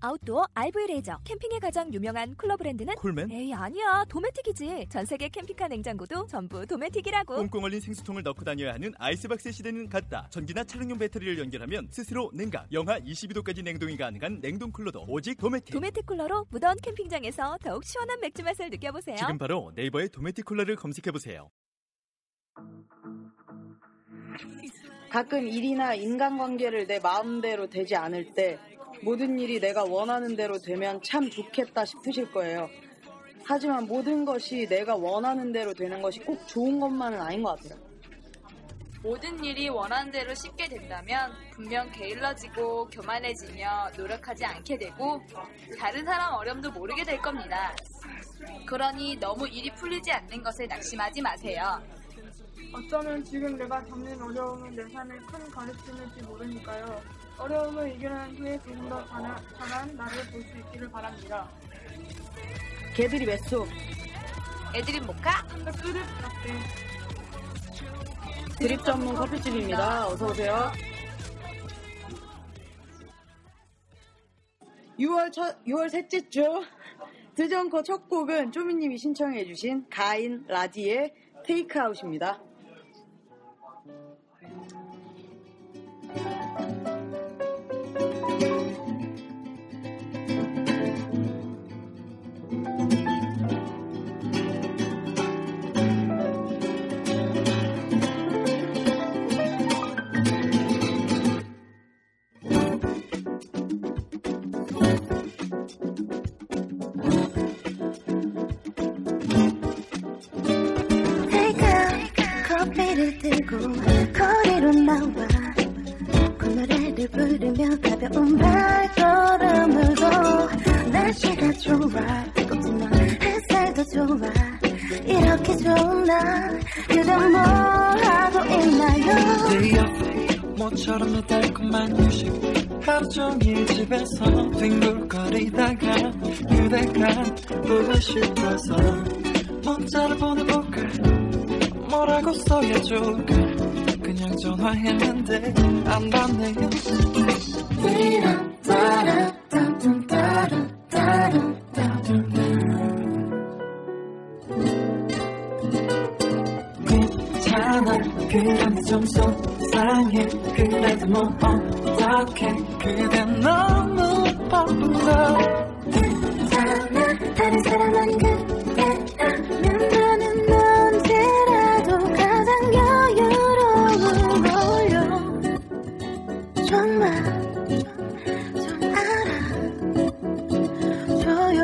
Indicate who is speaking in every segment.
Speaker 1: 아웃도어 RV 레저 캠핑에 가장 유명한 쿨러 브랜드는
Speaker 2: 콜맨?
Speaker 1: 에이 아니야 도메틱이지 전 세계 캠핑카 냉장고도 전부 도메틱이라고
Speaker 2: 꽁꽁 얼린 생수통을 넣고 다녀야 하는 아이스박스 시대는 갔다. 전기나 차량용 배터리를 연결하면 스스로 냉각, 영하 22도까지 냉동이 가능한 냉동 쿨러도 오직 도메틱.
Speaker 1: 도메틱 쿨러로 무더운 캠핑장에서 더욱 시원한 맥주 맛을 느껴보세요
Speaker 2: 지금 바로 네이버에 도메틱 쿨러를 검색해 보세요.
Speaker 3: 가끔 일이나 인간관계를 내 마음대로 되지 않을 때 모든 일이 내가 원하는 대로 되면 참 좋겠다 싶으실 거예요. 하지만 모든 것이 내가 원하는 대로 되는 것이 꼭 좋은 것만은 아닌 것 같아요.
Speaker 4: 모든 일이 원하는 대로 쉽게 된다면 분명 게을러지고 교만해지며 노력하지 않게 되고 다른 사람 어려움도 모르게 될 겁니다. 그러니 너무 일이 풀리지 않는 것에 낙심하지 마세요.
Speaker 5: 어쩌면 지금 내가 겪는 어려움은 내 삶의 큰 가르침일지 모르니까요. 어려움을 이겨낸 후에 조금 더 강한, 강한 나를 볼 수 있기를 바랍니다.
Speaker 3: 개들이 뱃속
Speaker 4: 애드립 모카
Speaker 5: 햇빛을 부탁드립니다.
Speaker 3: 드립 전문 커피집입니다. 어서 오세요. 6월 첫 6월 셋째 주 드정커 첫 곡은 쪼미님이 신청해주신 가인 라디의 테이크아웃입니다.
Speaker 6: 내가 커피를 들고 거리로 나와 그 노래를 부르며 가벼운 발걸음으로 날씨가 좋아 뜨겁지만 햇살도 좋아 이렇게 좋은 날 그럼 뭘 하고 있나요
Speaker 7: 내 옆에 모처럼 내 달콤한 휴식 하루 종일 집에서 뒹굴거리다가 그대가 보고 싶어서 문자를 보내볼까 뭐라고 써야줄까 그냥 전화했는데 안 받네요 괜찮아 그런데 좀 속상해 그래도 뭐 어떡해 그대 너무 바쁜 걸
Speaker 6: 있잖아. 다른 사람 아닌 그때라면 나는 언제라도 가장 여유로운 걸요 정말 좀 알아줘요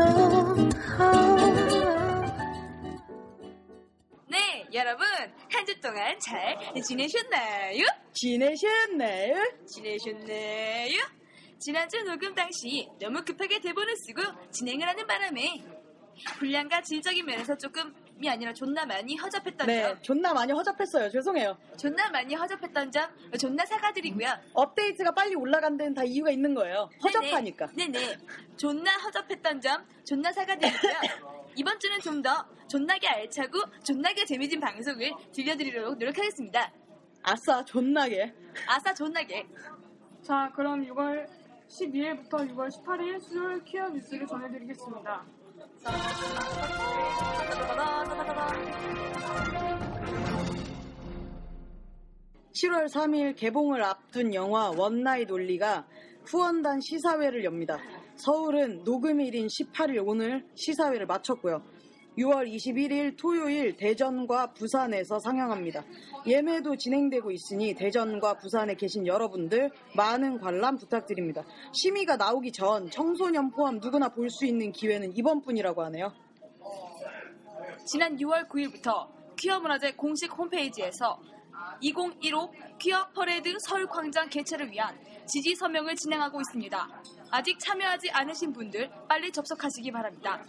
Speaker 4: 네 여러분 한 주 동안 잘 지내셨나요?
Speaker 3: 지내셨나요?
Speaker 4: 지내셨나요? 지난주 녹음 당시 너무 급하게 대본을 쓰고 진행을 하는 바람에 분량과 질적인 면에서 조금이 아니라 존나 많이 허접했던
Speaker 3: 네,
Speaker 4: 점
Speaker 3: 존나 많이 허접했어요. 죄송해요.
Speaker 4: 존나 많이 허접했던 점 존나 사과드리고요
Speaker 3: 업데이트가 빨리 올라간 데는 다 이유가 있는 거예요.
Speaker 4: 네.
Speaker 3: 허접하니까.
Speaker 4: 네네, 네네. 존나 허접했던 점 존나 사과드리고요 이번 주는 좀 더 존나게 알차고 존나게 재미진 방송을 들려드리려고 노력하겠습니다
Speaker 3: 아싸, 존나게.
Speaker 4: 아싸 존나게
Speaker 5: 자, 그럼 6월 12일부터 6월 18일 수요일 퀴어 뉴스를 전해드리겠습니다.
Speaker 4: 따다다다다다다.
Speaker 3: 7월 3일 개봉을 앞둔 영화 원나잇 올리가 후원단 시사회를 엽니다. 서울은 녹음일인 18일 오늘 시사회를 마쳤고요. 6월 21일 토요일 대전과 부산에서 상영합니다. 예매도 진행되고 있으니 대전과 부산에 계신 여러분들 많은 관람 부탁드립니다. 심의가 나오기 전 청소년 포함 누구나 볼 수 있는 기회는 이번뿐이라고 하네요.
Speaker 4: 지난 6월 9일부터 퀴어 문화재 공식 홈페이지에서 2015 퀴어 퍼레드 서울 광장 개최를 위한 지지 서명을 진행하고 있습니다. 아직 참여하지 않으신 분들 빨리 접속하시기 바랍니다.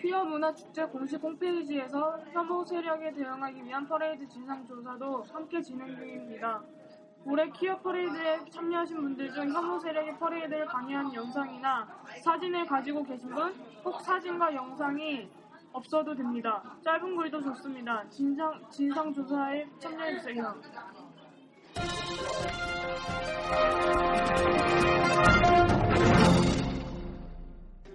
Speaker 5: 퀴어 문화 축제 공식 홈페이지에서 혐오 세력에 대응하기 위한 퍼레이드 진상 조사도 함께 진행 중입니다. 올해 퀴어 퍼레이드에 참여하신 분들 중 혐오 세력의 퍼레이드를 방해한 영상이나 사진을 가지고 계신 분 꼭 사진과 영상이 없어도 됩니다. 짧은 글도 좋습니다. 진상 진상 조사에 참여해 주세요.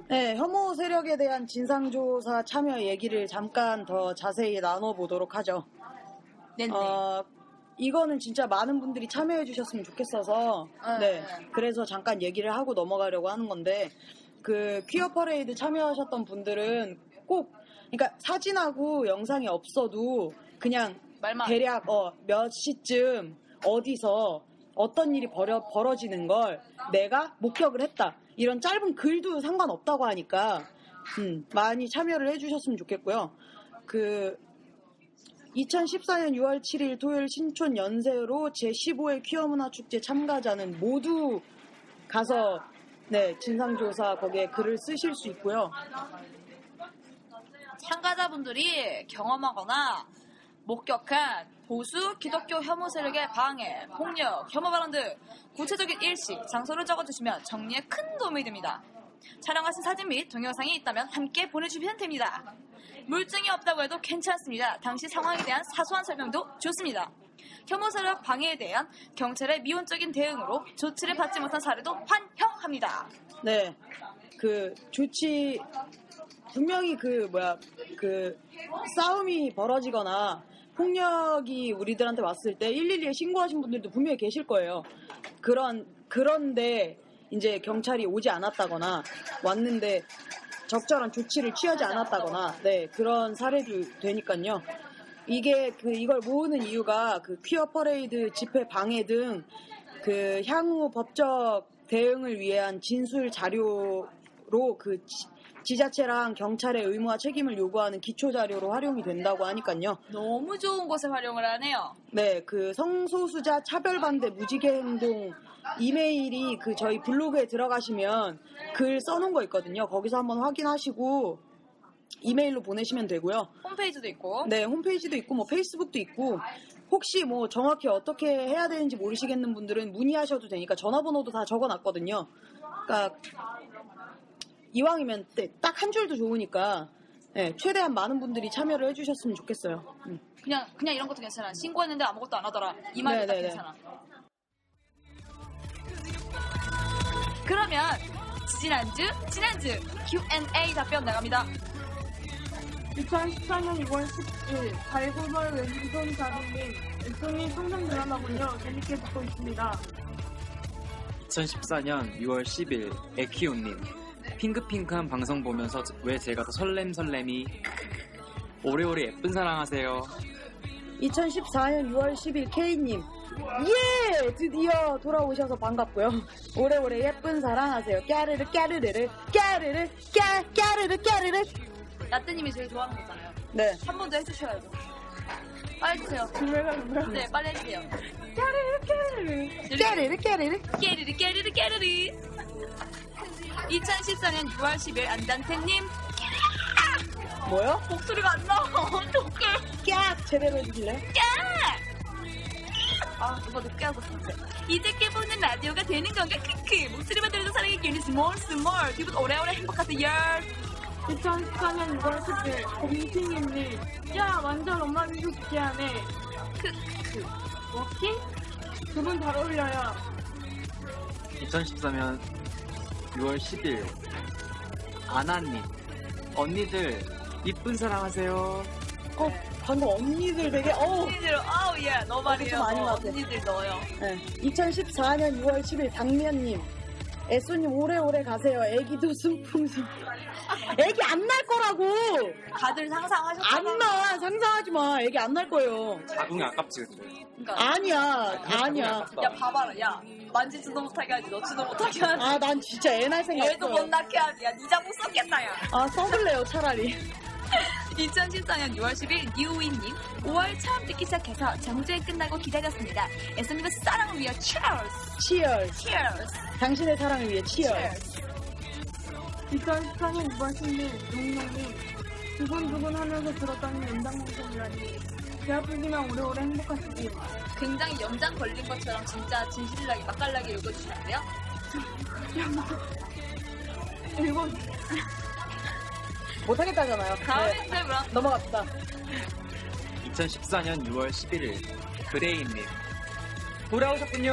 Speaker 3: 네, 혐오 세력에 대한 진상조사 참여 얘기를 잠깐 더 자세히 나눠보도록 하죠.
Speaker 4: 네네.
Speaker 3: 어, 이거는 진짜 많은 분들이 참여해 주셨으면 좋겠어서
Speaker 4: 아,
Speaker 3: 네
Speaker 4: 네.
Speaker 3: 그래서 잠깐 얘기를 하고 넘어가려고 하는 건데 그 퀴어 퍼레이드 참여하셨던 분들은 꼭 그러니까 사진하고 영상이 없어도 그냥
Speaker 4: 말만.
Speaker 3: 대략 어, 몇 시쯤 어디서 어떤 일이 벌어, 벌어지는 걸 내가 목격을 했다 이런 짧은 글도 상관없다고 하니까 음, 많이 참여를 해주셨으면 좋겠고요 그 2014년 6월 7일 토요일 신촌 연세로 제15회 퀴어 문화 축제 참가자는 모두 가서 네, 진상조사 거기에 글을 쓰실 수 있고요.
Speaker 4: 참가자분들이 경험하거나 목격한 보수 기독교 혐오 세력의 방해, 폭력, 혐오 발언 등 구체적인 일시, 장소를 적어주시면 정리에 큰 도움이 됩니다. 촬영하신 사진 및 동영상이 있다면 함께 보내주시면 됩니다. 물증이 없다고 해도 괜찮습니다. 당시 상황에 대한 사소한 설명도 좋습니다. 혐오 세력 방해에 대한 경찰의 미온적인 대응으로 조치를 받지 못한 사례도 환영합니다.
Speaker 3: 네. 그 조치 분명히 그 뭐야 그 싸움이 벌어지거나 폭력이 우리들한테 왔을 때 112에 신고하신 분들도 분명히 계실 거예요. 그런 그런데 이제 경찰이 오지 않았다거나 왔는데 적절한 조치를 취하지 않았다거나 네 그런 사례도 되니까요. 이게 그 이걸 모으는 이유가 그 퀴어 퍼레이드 집회 방해 등 그 향후 법적 대응을 위한 진술 자료로 그 지- 지자체랑 경찰의 의무와 책임을 요구하는 기초 자료로 활용이 된다고 하니까요.
Speaker 4: 너무 좋은 곳에 활용을 하네요.
Speaker 3: 네, 그 성소수자 차별반대 무지개 행동 이메일이 그 저희 블로그에 들어가시면 글 써놓은 거 있거든요. 거기서 한번 확인하시고 이메일로 보내시면 되고요.
Speaker 4: 홈페이지도 있고.
Speaker 3: 네, 홈페이지도 있고 뭐 페이스북도 있고 혹시 뭐 정확히 어떻게 해야 되는지 모르시겠는 분들은 문의하셔도 되니까 전화번호도 다 적어놨거든요. 그러니까 이왕이면 네, 딱 한 줄도 좋으니까 네, 최대한 많은 분들이 참여를 해주셨으면 좋겠어요. 음.
Speaker 4: 그냥 그냥 이런 것도 괜찮아. 신고했는데 아무것도 안 하더라. 이 말도 다
Speaker 3: 네네네.
Speaker 4: 괜찮아. 그러면 지난주 지난주 Q&A 답변 나갑니다.
Speaker 5: 2014년 2월 10일 발굴벌 왼손 자동님 왼손이 평생 늘어나군요. 재밌게 듣고 있습니다.
Speaker 8: 2014년 6월 10일 에키온님 핑크핑크한 방송 보면서 왜 제가 더 설렘설렘이 오래오래 예쁜 사랑하세요
Speaker 3: 2014년 6월 10일 K님. 예! 드디어 돌아오셔서 반갑고요. 오래오래 예쁜 사랑하세요. 까르르 까르르르 까르르 까 까르르 까르르.
Speaker 4: 라떼님이 제일 좋아하는 거잖아요.
Speaker 3: 네.
Speaker 4: 한 번 더 해주셔야죠. 빨리 해주세요. 네, 빨리 해주세요.
Speaker 3: 까르르 까르르.
Speaker 4: 깨르르 깨르르 깨르르 2014년 6월 10일 안단태님
Speaker 3: 뭐요?
Speaker 4: 목소리가 안 나와. 어떡해.
Speaker 3: 깍 제대로 해주실래요?
Speaker 4: 아, 이거 늦게 하고 싶었어. 이제 깨보는 라디오가 되는 건가? 크크. 목소리만 들어도 사랑의 기운이 스몰 스몰. 기분 오래오래 행복하세요.
Speaker 5: 2014년 6월 10일 공팅님님 야 완전 엄마 미소 듣게 하네. 크크. 워킹? 두분 잘 어울려요.
Speaker 8: 2014년 6월 10일 아나님 언니들 이쁜 사랑하세요
Speaker 3: 어, 방금 언니들 되게, 어
Speaker 4: 언니들, 아우 예, 너 말이에요.
Speaker 3: 좀 많이
Speaker 4: 어,
Speaker 3: 맞아.
Speaker 4: 언니들 넣어요.
Speaker 3: 네. 2014년 6월 10일 당면님. 애쏘님 오래오래 가세요. 애기도 숨풍숨. 애기 안 날 거라고!
Speaker 4: 다들 상상하셨죠?
Speaker 3: 안 나! 상상하지 마. 애기 안 날 거예요.
Speaker 8: 자궁이 아깝지 근데
Speaker 4: 그러니까.
Speaker 3: 아니야. 아니야.
Speaker 4: 야, 봐봐라. 야, 만지지도 못하게 하지, 넣지도 못하게 하지.
Speaker 3: 아, 난 진짜 애 날 생각
Speaker 4: 얘도 못
Speaker 3: 없어요.
Speaker 4: 낳게 하지. 야, 니 자국 썼겠다, 야.
Speaker 3: 아, 써볼래요, 차라리.
Speaker 4: 2014년 6월 10일 뉴윈님 5월 처음 듣기 시작해서 정주행 끝나고 기다렸습니다. 애써님의 사랑을 위하여 cheers!
Speaker 3: 치열.
Speaker 4: cheers!
Speaker 3: 당신의 사랑을 위해 치열.
Speaker 4: cheers!
Speaker 5: 2014년 6월 10일 용룡님 두근두근 하면서 들었던 연장방송이라니 배 아프지만 오래오래 행복하시길
Speaker 4: 굉장히 염장 걸린 것처럼 진짜 진실하게 맛깔나게 읽어주시는데요.
Speaker 5: 일곱
Speaker 3: 못하겠다잖아요.
Speaker 4: 다음
Speaker 3: 네,
Speaker 4: 행사 그럼
Speaker 3: 넘어갑시다.
Speaker 8: 2014년 6월 11일 그레이님 돌아오셨군요.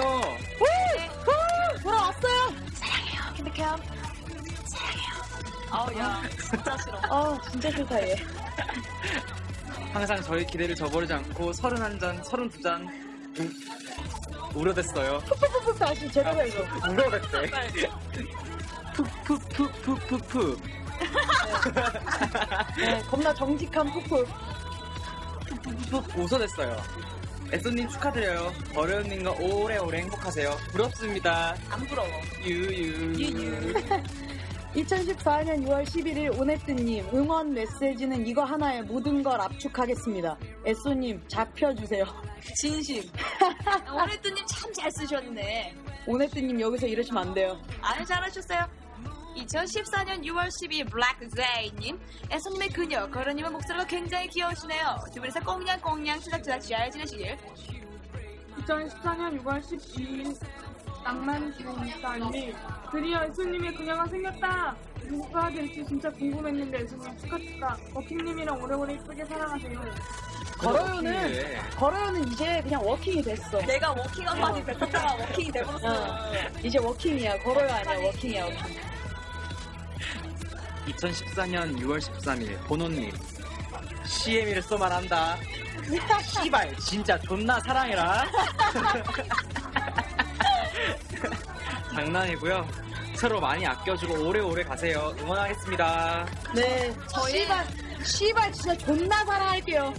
Speaker 4: 아우야 진짜 싫어.
Speaker 3: 아 진짜 싫다 얘.
Speaker 8: 항상 저희 기대를 저버리지 않고 31잔, 32잔 음, 우려댔어요.
Speaker 3: 푹푹 다시 제대로 해줘.
Speaker 8: 우려댔대. 푸푸푸푸푸푸
Speaker 3: 네, 겁나 정직한 푹푹.
Speaker 8: 푹푹 웃어댔어요. 애쏘님 축하드려요. 어려운님과 오래오래 행복하세요. 부럽습니다.
Speaker 4: 안 부러워.
Speaker 8: 유유.
Speaker 3: 2014년 6월 11일 오네뜨님 응원 메시지는 이거 하나에 모든 걸 압축하겠습니다. 에쏘님 잡혀주세요.
Speaker 4: 진심. 오늘 뜨님 참 잘 쓰셨네.
Speaker 3: 오네뜨님 여기서 이러시면 안 돼요.
Speaker 4: 아주 잘하셨어요. 2014년 6월 12일 블랙제이님 애선님의 그녀 거러님의 목소리가 굉장히 귀여우시네요 두 분이서 꽁냥꽁냥 치닥치닥 잘 지내시길
Speaker 5: 2014년 6월 12일 낭만 지원사님이 드디어 예수님의 그녀가 생겼다! 누가 될지 진짜 궁금했는데 예수님 축하 축하 버킹님이랑 오래오래 이쁘게 살아가세요
Speaker 3: 걸어요는 걸어요는 이제 그냥 워킹이 됐어.
Speaker 4: 내가 워킹 한마디 뱉었다가 워킹이 돼버렸어
Speaker 3: 어, 이제 워킹이야. 걸어요 아니야. 워킹이야. 워킹.
Speaker 8: 2014년 6월 13일 보노님 CM이를 써말한다 씨발 진짜 존나 사랑해라 장난이고요 서로 많이 아껴주고 오래오래 가세요 응원하겠습니다
Speaker 3: 네.
Speaker 4: 저의-
Speaker 3: 씨발, 씨발 진짜 존나 사랑할게요.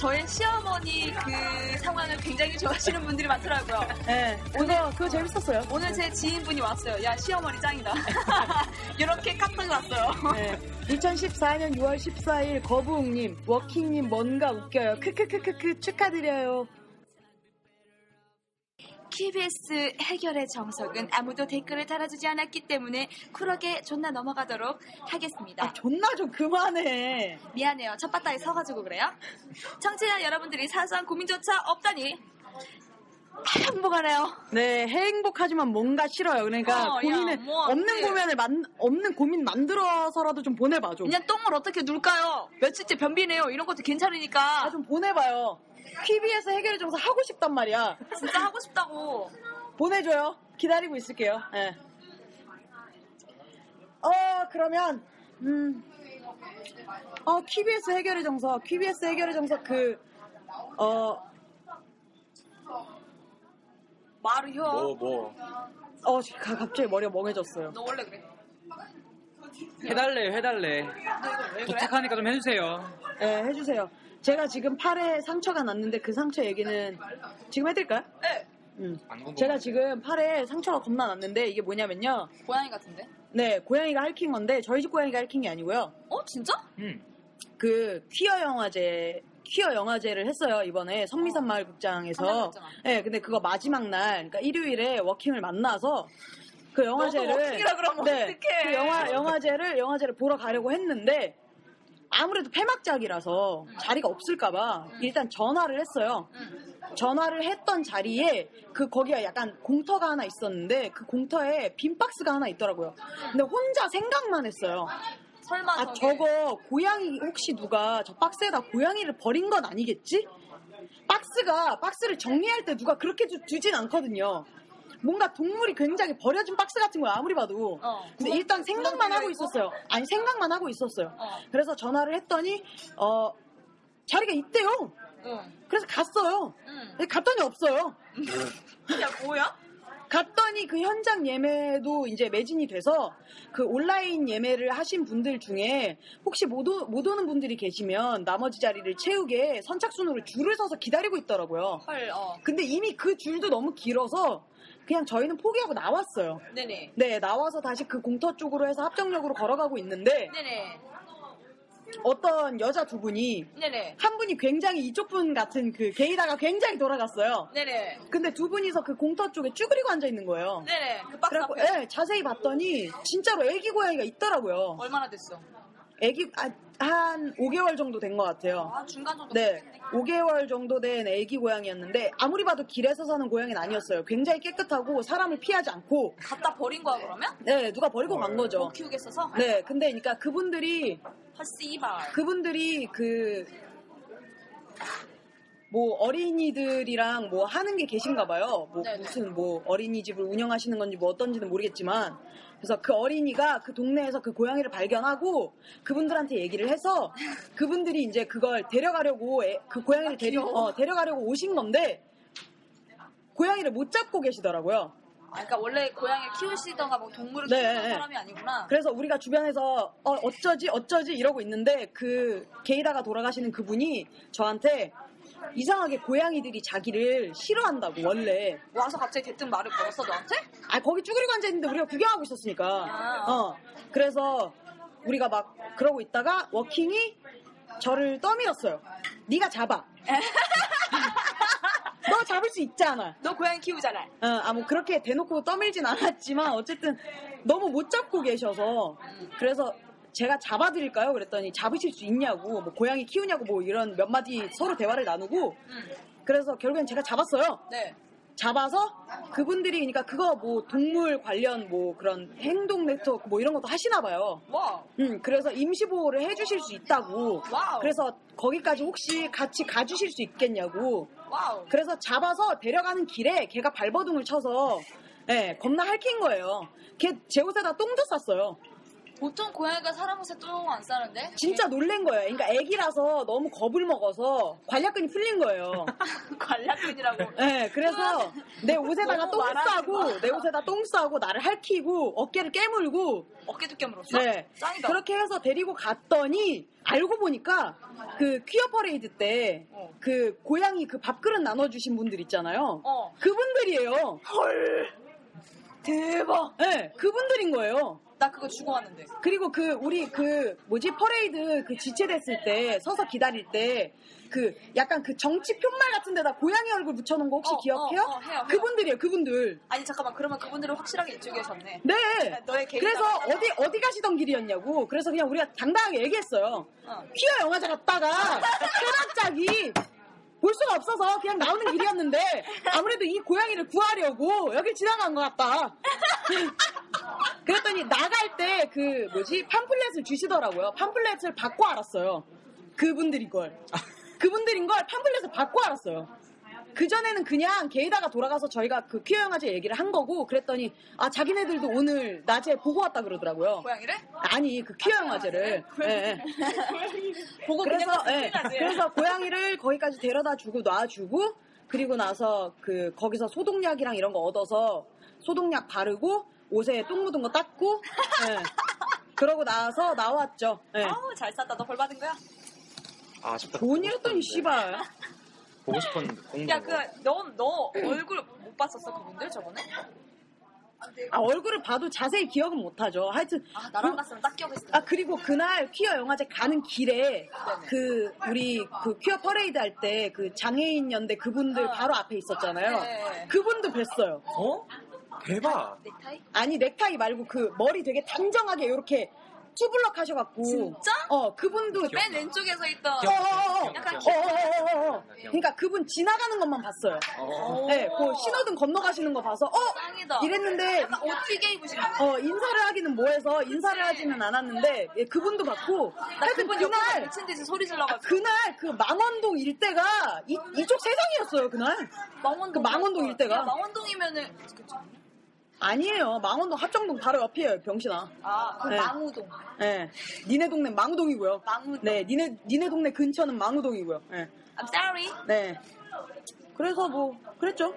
Speaker 4: 저의 시어머니 그 상황을 굉장히 좋아하시는 분들이 많더라고요
Speaker 3: 네. 오늘 그거 재밌었어요.
Speaker 4: 오늘 제 지인분이 왔어요 야 시어머니 짱이다 이렇게 카톡이 왔어요
Speaker 3: 네. 2014년 6월 14일 거부웅님, 워킹님 뭔가 웃겨요. 크크크크크 축하드려요.
Speaker 4: KBS 해결의 정석은 아무도 댓글을 달아주지 않았기 때문에 쿨하게 존나 넘어가도록 하겠습니다
Speaker 3: 아 존나 좀 그만해.
Speaker 4: 미안해요. 첫 바닥에 서가지고 그래요. 청취자 여러분들이 사소한 고민조차 없다니. 행복하네요.
Speaker 3: 네, 행복하지만 뭔가 싫어요. 그러니까
Speaker 4: 어, 야,
Speaker 3: 고민을
Speaker 4: 뭐 어때?
Speaker 3: 없는 고민을 만 없는 고민 만들어서라도 좀 보내봐 좀.
Speaker 4: 그냥 똥을 어떻게 눌까요? 며칠째 변비네요. 이런 것도 괜찮으니까.
Speaker 3: 아좀 보내봐요. 퀴비에서 해결의 정서 하고 싶단 말이야.
Speaker 4: 진짜 하고 싶다고.
Speaker 3: 보내줘요. 기다리고 있을게요. 예. 어 그러면 음. 어 퀴비에서 해결의 정서, 퀴비에서 해결의 정서 그, 그어어
Speaker 4: 말을 혀.
Speaker 8: 뭐뭐
Speaker 3: 갑자기 어, 머리가 멍해졌어요.
Speaker 4: 너 원래 그래.
Speaker 8: 해달래 해달래
Speaker 4: 너 이거 왜 그래?
Speaker 8: 부탁하니까 좀 해주세요
Speaker 3: 예, 해주세요. 제가 지금 팔에 상처가 났는데 그 상처 얘기는 지금 해드릴까요?
Speaker 4: 네.
Speaker 3: 음. 제가 지금 팔에 상처가 겁나 났는데 이게 뭐냐면요.
Speaker 4: 고양이 같은데?
Speaker 3: 네, 고양이가 핥힌 건데 저희 집 고양이가 핥힌 게 아니고요.
Speaker 4: 어 진짜?
Speaker 8: 음.
Speaker 3: 그 퀴어 영화제 퀴어 영화제를 했어요 이번에 성미산 마을
Speaker 4: 한강
Speaker 3: 극장에서.
Speaker 4: 극장 안
Speaker 3: 네, 근데 그거 마지막 날, 그러니까 일요일에 워킹을 만나서 그 영화제를
Speaker 4: 너도 워킹이라 그러면
Speaker 3: 네,
Speaker 4: 어떡해.
Speaker 3: 그 영화 영화제를 영화제를 보러 가려고 했는데 아무래도 폐막작이라서 자리가 없을까봐 일단 전화를 했어요.
Speaker 4: 응.
Speaker 3: 전화를 했던 자리에 그 거기가 약간 공터가 하나 있었는데 그 공터에 빈 박스가 하나 있더라고요. 근데 혼자 생각만 했어요.
Speaker 4: 설마
Speaker 3: 아
Speaker 4: 저게
Speaker 3: 저거 고양이 혹시 누가 저 박스에다 고양이를 버린 건 아니겠지? 박스가 박스를 정리할 때 누가 그렇게 두, 두진 않거든요. 뭔가 동물이 굉장히 버려진 박스 같은 거야 아무리 봐도.
Speaker 4: 어.
Speaker 3: 근데 일단 생각만 하고 있었어요. 아니 생각만 하고 있었어요.
Speaker 4: 어.
Speaker 3: 그래서 전화를 했더니 어 자리가 있대요.
Speaker 4: 응.
Speaker 3: 그래서 갔어요.
Speaker 4: 응.
Speaker 3: 근데 갔더니 없어요.
Speaker 4: 야 뭐야?
Speaker 3: 갔더니 그 현장 예매도 이제 매진이 돼서 그 온라인 예매를 하신 분들 중에 혹시 못, 오, 못 오는 분들이 계시면 나머지 자리를 채우게 선착순으로 줄을 서서 기다리고 있더라고요.
Speaker 4: 헐 어.
Speaker 3: 근데 이미 그 줄도 너무 길어서 그냥 저희는 포기하고 나왔어요.
Speaker 4: 네네.
Speaker 3: 네, 나와서 다시 그 공터 쪽으로 해서 합정역으로 걸어가고 있는데
Speaker 4: 네네.
Speaker 3: 어떤 여자 두 분이
Speaker 4: 네네.
Speaker 3: 한 분이 굉장히 이쪽 분 같은 그 게이다가 굉장히 돌아갔어요.
Speaker 4: 네네.
Speaker 3: 근데 두 분이서 그 공터 쪽에 쭈그리고 앉아 있는 거예요.
Speaker 4: 네네. 그 박스
Speaker 3: 그래갖고
Speaker 4: 앞에
Speaker 3: 예, 자세히 봤더니 진짜로 애기 고양이가 있더라고요.
Speaker 4: 얼마나 됐어?
Speaker 3: 예, 애기 아, 한 5개월 정도 된 것 같아요.
Speaker 4: 아, 중간 정도.
Speaker 3: 네, 5개월 정도 된 애기 고양이였는데 아무리 봐도 길에서 사는 고양이는 아니었어요. 굉장히 깨끗하고 사람을 피하지 않고
Speaker 4: 갖다 버린 거야 그러면?
Speaker 3: 네 누가 버리고 간 거죠.
Speaker 4: 못 키우겠어서?
Speaker 3: 네, 근데 그러니까 그분들이
Speaker 4: 헛씨발.
Speaker 3: 아, 그분들이 그, 뭐, 어린이들이랑 뭐 하는 게 계신가 봐요. 뭐,
Speaker 4: 네네.
Speaker 3: 무슨 뭐, 어린이집을 운영하시는 건지 뭐 어떤지는 모르겠지만. 그래서 그 어린이가 그 동네에서 그 고양이를 발견하고 그분들한테 얘기를 해서 그분들이 이제 그걸 데려가려고 애- 그
Speaker 4: 아,
Speaker 3: 고양이를 데리, 어, 데려가려고 오신 건데 고양이를 못 잡고 계시더라고요.
Speaker 4: 아, 그러니까 원래 고양이 키우시던가 뭐 동물을
Speaker 3: 네,
Speaker 4: 키우던
Speaker 3: 네.
Speaker 4: 사람이 아니구나.
Speaker 3: 그래서 우리가 주변에서 어, 어쩌지 어쩌지 이러고 있는데 그 게이다가 돌아가시는 그분이 저한테 이상하게 고양이들이 자기를 싫어한다고 원래
Speaker 4: 와서 갑자기 대뜸 말을 걸었어 너한테?
Speaker 3: 아 거기 쭈그리고 앉아 있는데 우리가 구경하고 있었으니까 어 그래서 우리가 막 그러고 있다가 워킹이 저를 떠밀었어요 네가 잡아 너 잡을 수 있잖아
Speaker 4: 너 고양이 키우잖아.
Speaker 3: 어, 아, 뭐, 그렇게 대놓고 떠밀진 않았지만, 어쨌든, 너무 못 잡고 계셔서, 그래서, 제가 잡아드릴까요? 그랬더니, 잡으실 수 있냐고, 뭐, 고양이 키우냐고, 뭐, 이런 몇 마디 서로 대화를 나누고, 그래서 결국엔 제가 잡았어요.
Speaker 4: 네.
Speaker 3: 잡아서, 그분들이, 그러니까 그거 뭐, 동물 관련 뭐, 그런 행동 네트워크 뭐, 이런 것도 하시나 봐요.
Speaker 4: 와.
Speaker 3: 음, 그래서 임시보호를 해주실 수 있다고.
Speaker 4: 와우.
Speaker 3: 그래서 거기까지 혹시 같이 가주실 수 있겠냐고.
Speaker 4: 와우.
Speaker 3: 그래서 잡아서 데려가는 길에 걔가 발버둥을 쳐서 예, 겁나 핥힌 거예요. 걔 제 옷에다 똥도 쌌어요.
Speaker 4: 보통 고양이가 사람 옷에 똥안 싸는데?
Speaker 3: 진짜 놀란 거예요. 그러니까 애기라서 너무 겁을 먹어서 관략근이 풀린 거예요.
Speaker 4: 관략근이라고.
Speaker 3: 예, 그래서 내 옷에다가
Speaker 4: 너무
Speaker 3: 똥
Speaker 4: 말하지 마.
Speaker 3: 싸고 내 옷에다 똥 싸고 나를 핥히고 어깨를 깨물고
Speaker 4: 어깨 두께 물었어?
Speaker 3: 네.
Speaker 4: 짱이다.
Speaker 3: 그렇게 해서 데리고 갔더니 알고 보니까 그 퀴어 퍼레이드 때
Speaker 4: 어.
Speaker 3: 그 고양이 그 밥그릇 나눠주신 분들 있잖아요.
Speaker 4: 어.
Speaker 3: 그분들이에요.
Speaker 4: 대박.
Speaker 3: 네, 그분들인 거예요.
Speaker 4: 나 그거 주고 왔는데.
Speaker 3: 그리고 그 우리 그 뭐지 퍼레이드 그 지체됐을 때 서서 기다릴 때 그 약간 그 정치 푯말 같은 데다 고양이 얼굴 묻혀놓은 거 혹시
Speaker 4: 어,
Speaker 3: 기억해요?
Speaker 4: 어, 어, 해요, 해요.
Speaker 3: 그분들이에요, 그분들.
Speaker 4: 아니 잠깐만 그러면 그분들은 확실하게 이쪽에 졌네.
Speaker 3: 네.
Speaker 4: 너의 개인
Speaker 3: 그래서
Speaker 4: 나가잖아.
Speaker 3: 어디 어디 가시던 길이었냐고. 그래서 그냥 우리가 당당하게 얘기했어요.
Speaker 4: 어.
Speaker 3: 퀴어 영화제 갔다가 해박작이 볼 수가 없어서 그냥 나오는 길이었는데 아무래도 이 고양이를 구하려고 여길 지나간 것 같다. 그랬더니 나갈 때 그 뭐지 팜플렛을 주시더라고요. 팜플렛을 받고 알았어요. 그분들인 걸. 그분들인 걸 팜플렛을 받고 알았어요. 그 전에는 그냥 게이다가 돌아가서 저희가 그 퀴어 영화제 얘기를 한 거고 그랬더니 아 자기네들도 오늘 낮에 보고 왔다 그러더라고요.
Speaker 4: 고양이를?
Speaker 3: 아니 그 퀴어 영화제를. 예, 예.
Speaker 4: 네? 보고
Speaker 3: 그래서
Speaker 4: 그냥
Speaker 3: 예,
Speaker 4: 끝나지.
Speaker 3: 그래서 고양이를 거기까지 데려다 주고 놔주고 그리고 나서 그 거기서 소독약이랑 이런 거 얻어서 소독약 바르고 옷에 똥 묻은 거 닦고 예. 그러고 나서 나왔죠. 예.
Speaker 4: 아우 잘 쌌다. 너 벌 받은 거야?
Speaker 8: 아, 아쉽다.
Speaker 3: 돈 잃었더니 씨발.
Speaker 8: 보고 싶었는데 공부.
Speaker 4: 야 그 너 너 얼굴 못 봤었어 그분들 저번에?
Speaker 3: 아, 얼굴을 봐도 자세히 기억은 못하죠. 하여튼
Speaker 4: 아 나랑
Speaker 3: 그-
Speaker 4: 갔으면 딱 기억했을 텐데.
Speaker 3: 아 그리고 그날 퀴어 영화제 가는 길에 그 우리 그 퀴어 퍼레이드 할 때 그 장애인 연대 그분들 바로 앞에
Speaker 4: 네.
Speaker 3: 있었잖아요. 그분도 뵀어요.
Speaker 8: 어?
Speaker 3: 그
Speaker 8: 대박.
Speaker 4: 넥타이?
Speaker 3: 아니 넥타이 말고 그 머리 되게 단정하게 이렇게 투블럭 하셔갖고
Speaker 4: 진짜?
Speaker 3: 어 그분도
Speaker 4: 맨 왼쪽에서 있던
Speaker 8: 기억-
Speaker 3: 어어어어.
Speaker 4: 약간
Speaker 8: 기억-
Speaker 3: 어어어어어. 그러니까 그분 지나가는 것만 봤어요.
Speaker 8: 어.
Speaker 3: 네, 그 신호등 건너가시는 거 봐서 어
Speaker 4: 짱이다.
Speaker 3: 이랬는데
Speaker 4: 약간 OT게 입으신 거.
Speaker 3: 어 인사를 하기는 뭐해서 인사를 하지는 않았는데 예, 그분도 봤고
Speaker 4: 나
Speaker 3: 하여튼
Speaker 4: 아, 그분 옆에서
Speaker 3: 그날
Speaker 4: 미친 듯이 소리 질러가지고
Speaker 3: 그날 그 망원동 일대가 이, 이쪽 세상이었어요 그날 그
Speaker 4: 망원동
Speaker 3: 망원동 일대가.
Speaker 4: 야, 망원동이면은 그쵸?
Speaker 3: 아니에요 망원동 합정동 바로 옆이에요 병신아
Speaker 4: 아, 그
Speaker 3: 네.
Speaker 4: 망우동.
Speaker 3: 예 니네 동네 망우동이고요
Speaker 4: 망우동.
Speaker 3: 네 니네 니네 동네 근처는 망우동이고요 예.
Speaker 4: I'm sorry.
Speaker 3: 네. 그래서 뭐 그랬죠.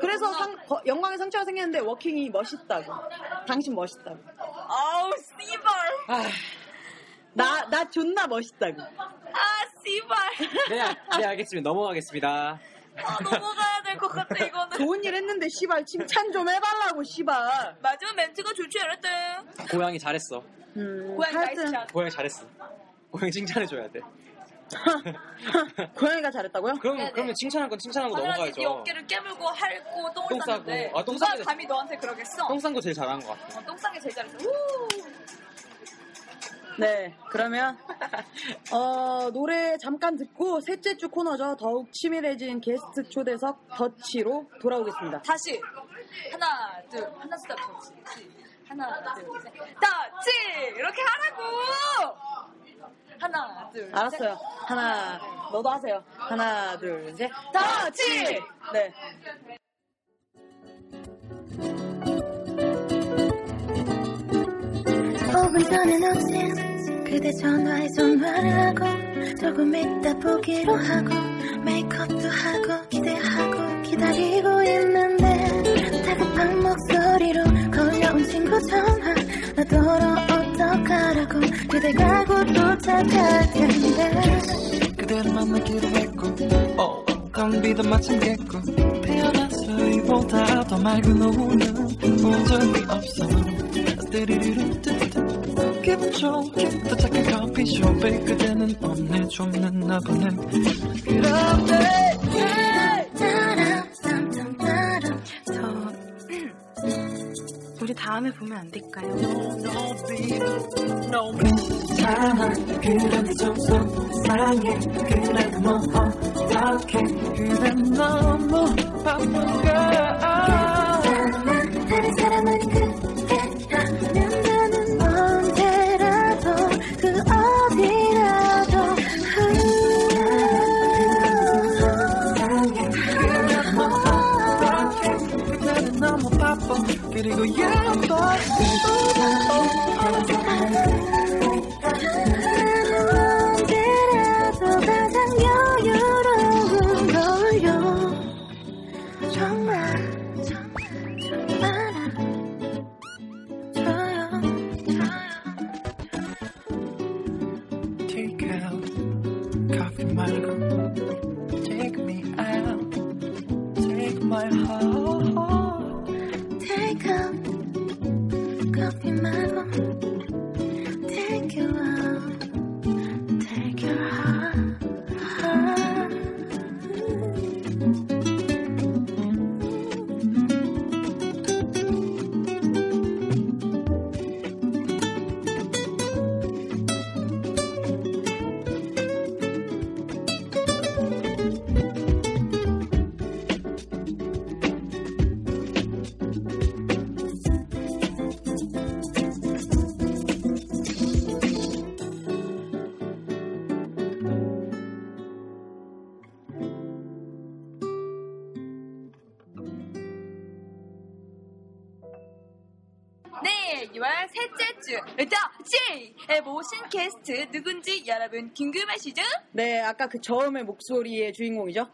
Speaker 3: 그래서 상- 거- 영광의 상처가 생겼는데 워킹이 멋있다고. 당신 멋있다고.
Speaker 4: 아우, 씨발.
Speaker 3: 나, 나 존나 멋있다고.
Speaker 4: 아, 씨발.
Speaker 8: 네, 알- 네 알겠습니다. 넘어가겠습니다.
Speaker 4: 아, 넘어가야 될 것 같아, 이거는.
Speaker 3: 좋은 일 했는데 씨발 칭찬 좀 해달라고 씨발.
Speaker 4: 마지막 멘트가 좋지 않았대.
Speaker 8: 고양이 잘했어.
Speaker 3: 음,
Speaker 4: 고양이
Speaker 3: 하여튼
Speaker 4: 나이스샷.
Speaker 8: 고양이 잘했어. 고양이 칭찬해줘야 돼.
Speaker 3: 고양이가 잘했다고요?
Speaker 8: 그럼
Speaker 4: 네네.
Speaker 8: 그러면 칭찬할 건 칭찬하고
Speaker 4: 당연하지,
Speaker 8: 넘어가야죠.
Speaker 4: 네 어깨를 깨물고 핥고 똥을
Speaker 8: 똥 싸고.
Speaker 4: 쌌는데
Speaker 8: 아, 똥
Speaker 4: 누가
Speaker 8: 싸게 됐-
Speaker 4: 감히 너한테 그러겠어?
Speaker 8: 똥싼거 제일 잘한 것 같아.
Speaker 4: 어, 똥 싸게 제일 잘했어. 우!
Speaker 3: 네, 그러면 어, 노래 잠깐 듣고 셋째 주 코너죠. 더욱 치밀해진 게스트 초대석 더치로 돌아오겠습니다.
Speaker 4: 다시 하나 둘 하나 둘다 더치 하나 둘셋 더치 이렇게 하라고 하나 둘
Speaker 3: 알았어요. 하나, 너도 하세요. 하나, 둘, 셋. 더치! 네.
Speaker 6: 오분 전엔 어제 그대 전화에 전화를 하고 조금 있다 보기로 하고 메이크업도 하고 기대하고 기다리고 있는데 다급한 목소리로 걸려온 친구 전화 나 더러 어떡하라고 그대가 곧 도착할 텐데
Speaker 7: 그대를 만나기로 했고 어, 건비도 마찬가지고 태어나서 이보다 더 맑은 오후는 본 적이 없어 띠리리리 뚜뚜 기분 좋게 도착한 커피숍에 그대는 없네 좁는 나보네 그런데
Speaker 6: 따라 땀땀 따라
Speaker 9: 우리 다음에 보면 안 될까요?
Speaker 7: 괜찮아 그래도 좀 속상해 그래도 뭐 어떡해 그대 너무 바쁜가
Speaker 6: 다른 사람 아닌 그게 남자는 언제라도 그 어디라도
Speaker 7: 그대는 너무 바빠 그리고 예뻐
Speaker 6: 언제라도 가장 여유로운 걸요 정말 정말 좀 알아줘요 줘요
Speaker 7: Take out coffee 말고 Take me out Take my heart
Speaker 6: Take out coffee 말고 Take you out Take your heart, heart.
Speaker 4: 네, 6월 셋째 주 더치 모신 게스트 누군지 여러분 궁금하시죠?
Speaker 3: 네, 아까 그 저음의 목소리의 주인공이죠.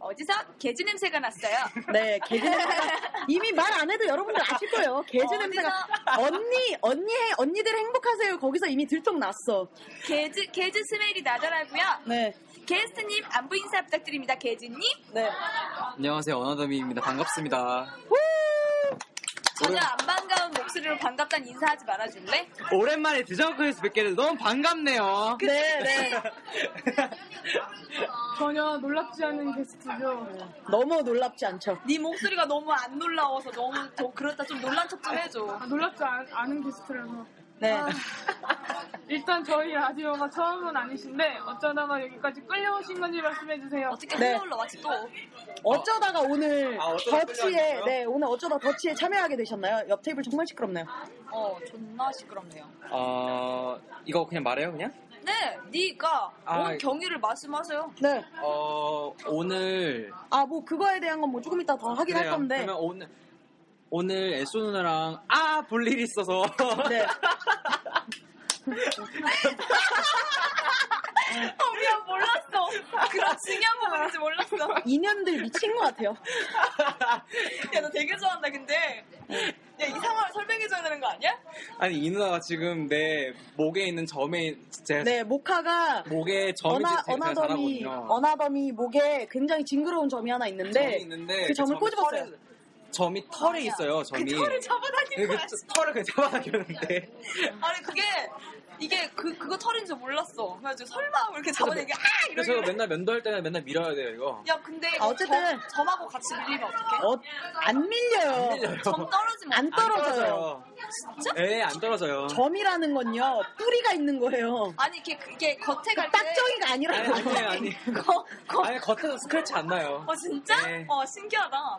Speaker 4: 어디서 개주 냄새가 났어요?
Speaker 3: 네, 개즈 냄새가 이미 말 안 해도 여러분들 아실 거예요. 개즈
Speaker 4: 어디서?
Speaker 3: 냄새가 언니, 언니, 해- 언니들 행복하세요. 거기서 이미 들통 났어.
Speaker 4: 개주 개주 스멜이 나더라고요.
Speaker 3: 네,
Speaker 4: 게스트님 안부 인사 부탁드립니다. 개주님
Speaker 3: 네.
Speaker 8: 안녕하세요 어나더미입니다 반갑습니다
Speaker 4: 전혀 안 반가운 목소리로 반갑단 인사하지 말아줄래?
Speaker 8: 오랜만에 드정크에서 뵙게 돼서 너무 반갑네요
Speaker 3: 네, 네.
Speaker 5: 전혀 놀랍지 않은 게스트죠.
Speaker 3: 너무 놀랍지 않죠?
Speaker 4: 네 목소리가 너무 안 놀라워서 너무 더 그렇다 좀 놀란 척 좀 해줘.
Speaker 5: 아, 놀랍지 않, 않은 게스트라서.
Speaker 3: 네.
Speaker 5: 일단 저희 라디오가 처음은 아니신데 어쩌다가 여기까지 끌려오신 건지 말씀해 주세요.
Speaker 4: 어떻게
Speaker 3: 네.
Speaker 4: 흘러올라왔지 또?
Speaker 3: 어쩌다가 오늘
Speaker 8: 아, 어쩌다
Speaker 3: 더치에
Speaker 8: 끌려왔어요?
Speaker 3: 네 오늘 어쩌다 더치에 참여하게 되셨나요? 옆 테이블 정말 시끄럽네요.
Speaker 4: 어 존나 시끄럽네요.
Speaker 8: 어 이거 그냥 말해요 그냥?
Speaker 4: 네, 네가
Speaker 8: 아,
Speaker 4: 뭔 경위를 말씀하세요.
Speaker 3: 네.
Speaker 8: 어 오늘
Speaker 3: 아 뭐 그거에 대한 건 뭐 조금 이따 더 하긴 할
Speaker 8: 그래요.
Speaker 3: 건데.
Speaker 8: 그러면 오늘 오늘 애쏘 누나랑 아 볼 일 있어서
Speaker 3: 네.
Speaker 4: 어, 미안 몰랐어. 그런 중요한 부분인지 몰랐어.
Speaker 3: 인연들 미친 것 같아요.
Speaker 4: 야, 너 되게 좋아한다, 근데. 야, 이 상황을 설명해줘야 되는 거 아니야?
Speaker 8: 아니 이 누나가 지금 내 목에 있는 점에 제가
Speaker 3: 네 모카가
Speaker 8: 목에 점이
Speaker 3: 어나
Speaker 8: 제일 잘
Speaker 3: 어나더미
Speaker 8: 잘하거든요.
Speaker 3: 어나더미 목에 굉장히 징그러운 점이 하나 있는데
Speaker 8: 점이 있는데
Speaker 3: 그 점을
Speaker 8: 점을
Speaker 3: 꼬집었어요.
Speaker 8: 털을- 점이 털에
Speaker 4: 아니야.
Speaker 8: 있어요.
Speaker 4: 그
Speaker 8: 점이.
Speaker 4: 털을 잡아다닌
Speaker 8: 그
Speaker 4: 거야. 씨.
Speaker 8: 털을 그냥 잡아당겼는데
Speaker 4: 아니 그게 이게 그 그거 털인 줄 몰랐어. 그래가지고 설마 이렇게 잡아내기 아
Speaker 8: 그래서
Speaker 4: 이러길래.
Speaker 8: 제가 맨날 면도할 때는 맨날 밀어야 돼요 이거
Speaker 4: 야 근데
Speaker 3: 아, 어쨌든.
Speaker 4: 점, 점하고 같이 밀리면 어떡해?
Speaker 3: 어, 안 밀려요.
Speaker 4: 점 떨어지면
Speaker 3: 안
Speaker 4: 어떡해?
Speaker 3: 떨어져요.
Speaker 4: 진짜?
Speaker 8: 예안 떨어져요
Speaker 3: 점이라는 건요, 뿌리가 있는 거예요.
Speaker 4: 아니 이게 그게 겉에 갈 때.
Speaker 3: 딱정이가 아니라고.
Speaker 8: 아니 아니 아니
Speaker 4: 거, 거.
Speaker 8: 아니 겉에서 스크래치 안 나요
Speaker 4: 어 진짜?
Speaker 8: 네.
Speaker 4: 어 신기하다.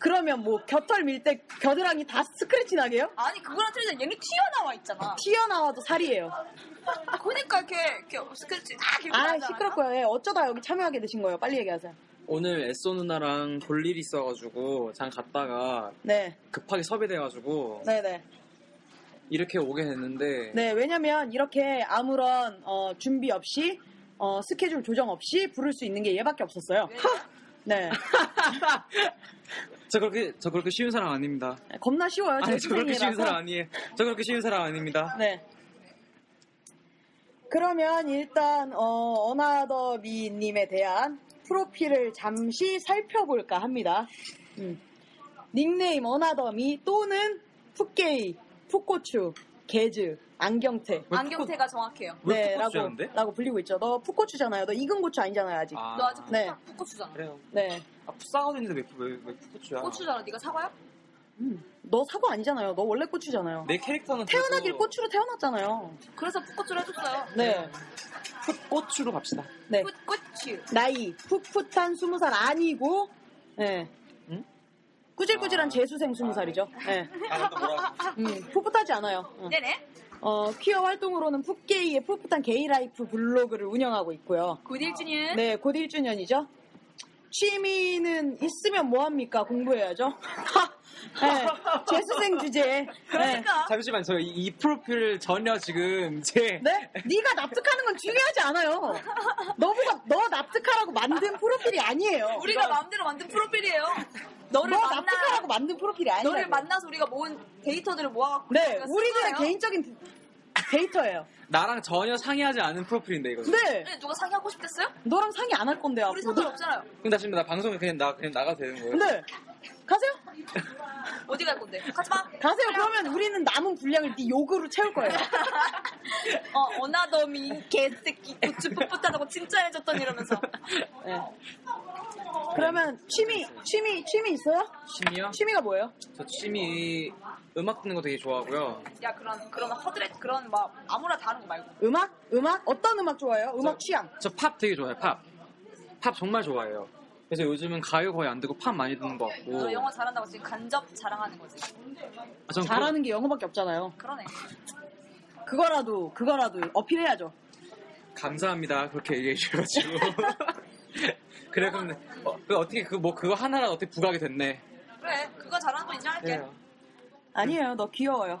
Speaker 3: 그러면 뭐 곁털 밀 때 겨드랑이 다 스크래치 나게요?
Speaker 4: 아니 그거랑 틀리잖아. 얘는 튀어나와 있잖아.
Speaker 3: 튀어나와도 살이에요.
Speaker 4: 그러니까 이렇게 이렇게 스크래치 딱 이렇게
Speaker 3: 아,
Speaker 4: 나지 않아?
Speaker 3: 시끄럽고요. 예, 어쩌다 여기 참여하게 되신 거예요. 빨리 얘기하세요.
Speaker 8: 오늘 에쏘 누나랑 볼 일이 있어가지고 잠 갔다가
Speaker 3: 네,
Speaker 8: 급하게 섭외돼가지고
Speaker 3: 네네.
Speaker 8: 이렇게 오게 됐는데
Speaker 3: 네, 왜냐면 이렇게 아무런 어, 준비 없이 어, 스케줄 조정 없이 부를 수 있는 게 얘밖에 없었어요. 네,
Speaker 8: 저 그렇게 저 그렇게 쉬운 사람 아닙니다
Speaker 3: 겁나 쉬워요. 제
Speaker 8: 아니 저 그렇게 쉬운 사람
Speaker 3: 수생이라서.
Speaker 8: 아니에요 저 그렇게 쉬운 사람 아닙니다
Speaker 3: 네. 그러면 일단 어, 어나더 미님에 대한 프로필을 잠시 살펴볼까 합니다. 음. 닉네임 어나더 미 또는 푸케이, 푸고추, 개즈, 안경태.
Speaker 8: 왜
Speaker 4: 안경테가 정확해요.
Speaker 8: 왜
Speaker 3: 네, 라고,
Speaker 8: 풋고추였는데?
Speaker 3: 라고 불리고 있죠. 너 푸고추잖아요. 너 익은 고추 아니잖아요, 아직.
Speaker 8: 아,
Speaker 4: 너 아직
Speaker 3: 네.
Speaker 4: 푸- 푸고추잖아.
Speaker 8: 그래요
Speaker 3: 네.
Speaker 8: 아 풋사거리인데 왜, 푸- 왜, 왜 풋고추야
Speaker 4: 고추잖아. 네가 사과야?
Speaker 3: 너 사과 아니잖아요. 너 원래 고추잖아요.
Speaker 8: 내 캐릭터는
Speaker 3: 태어나길
Speaker 8: 네, 그래도
Speaker 3: 고추로 태어났잖아요.
Speaker 4: 그래서 푸고추를 해줬어요.
Speaker 3: 네.
Speaker 8: 풋고추로 갑시다
Speaker 3: 네.
Speaker 4: 꽃- 꽃추.
Speaker 3: 나이 풋풋한 스무 살 아니고 예.
Speaker 8: 응?
Speaker 3: 꾸질꾸질한
Speaker 8: 아.
Speaker 3: 재수생 스무 살이죠. 예.
Speaker 4: 네.
Speaker 8: 아 아까 뭐라고
Speaker 3: 음, 풋풋하지 않아요. 응.
Speaker 4: 네네.
Speaker 3: 어, 퀴어 활동으로는 풋게이의 풋풋한 게이라이프 블로그를 운영하고 있고요.
Speaker 4: 고딜주는
Speaker 3: 네, 곧 1주년이죠. 취미는 있으면 뭐합니까? 공부해야죠. 네, 재수생 주제에. 네.
Speaker 4: 그러니까
Speaker 8: 잠시만 저 이 프로필 전혀 지금 제
Speaker 3: 네? 네가 납득하는 건 중요하지 않아요. 너보다 너 납득하라고 만든 프로필이 아니에요.
Speaker 4: 우리가 마음대로 만든 프로필이에요. 너를
Speaker 3: 너
Speaker 4: 만나
Speaker 3: 납득하라고 만든 프로필이 아니에요.
Speaker 4: 너를 만나서 우리가 모은 데이터들을 모아갖고
Speaker 3: 네,
Speaker 4: 우리가 쓴
Speaker 3: 우리들의
Speaker 4: 거예요.
Speaker 3: 개인적인 데이터예요.
Speaker 8: 나랑 전혀 상의하지 않은 프로필인데 이거
Speaker 3: 네,
Speaker 4: 네, 누가 상의하고 싶겠어요?
Speaker 3: 너랑 상의 안 할 건데요.
Speaker 4: 우리
Speaker 3: 앞으로도.
Speaker 4: 상관없잖아요.
Speaker 8: 근데 지금 나 방송에 그냥 나 그냥 나가도 되는 거예요?
Speaker 3: 네, 가세요.
Speaker 4: 어디 갈 건데? 가지 마.
Speaker 3: 가세요. 그러면 우리는 남은 분량을 네 욕으로 채울 거예요.
Speaker 4: 어, 어나더미 개새끼 고추 풋풋하다고 칭찬해줬더니 이러면서
Speaker 3: 네. 그러면 취미, 취미, 취미 있어요?
Speaker 8: 취미요?
Speaker 3: 취미가 뭐예요?
Speaker 8: 저 취미 음악 듣는 거 되게 좋아하고요.
Speaker 4: 야 그런 그런 허드렛 그런 막 아무나 다 하는 거 말고
Speaker 3: 음악? 음악? 어떤 음악 좋아해요? 음악 취향?
Speaker 8: 저 팝 되게 좋아해요. 팝. 팝 정말 좋아해요. 그래서 요즘은 가요 거의 안 듣고 팝 많이 듣는 것 같고.
Speaker 4: 너 영어 잘한다고 지금 간접 자랑하는 거지.
Speaker 8: 아, 전
Speaker 3: 잘하는 게 영어밖에 없잖아요.
Speaker 4: 그러네.
Speaker 3: 그거라도, 그거라도 어필해야죠.
Speaker 8: 그거- 감사합니다. 그렇게 얘기해 주셔가지고. 그래 그럼 어, 그 어떻게 그 뭐 그거 하나라 어떻게 부각이 됐네.
Speaker 4: 그래 그거 잘하는 거 인정할게.
Speaker 3: 네.
Speaker 8: 예.
Speaker 3: 아니에요. 너 귀여워요.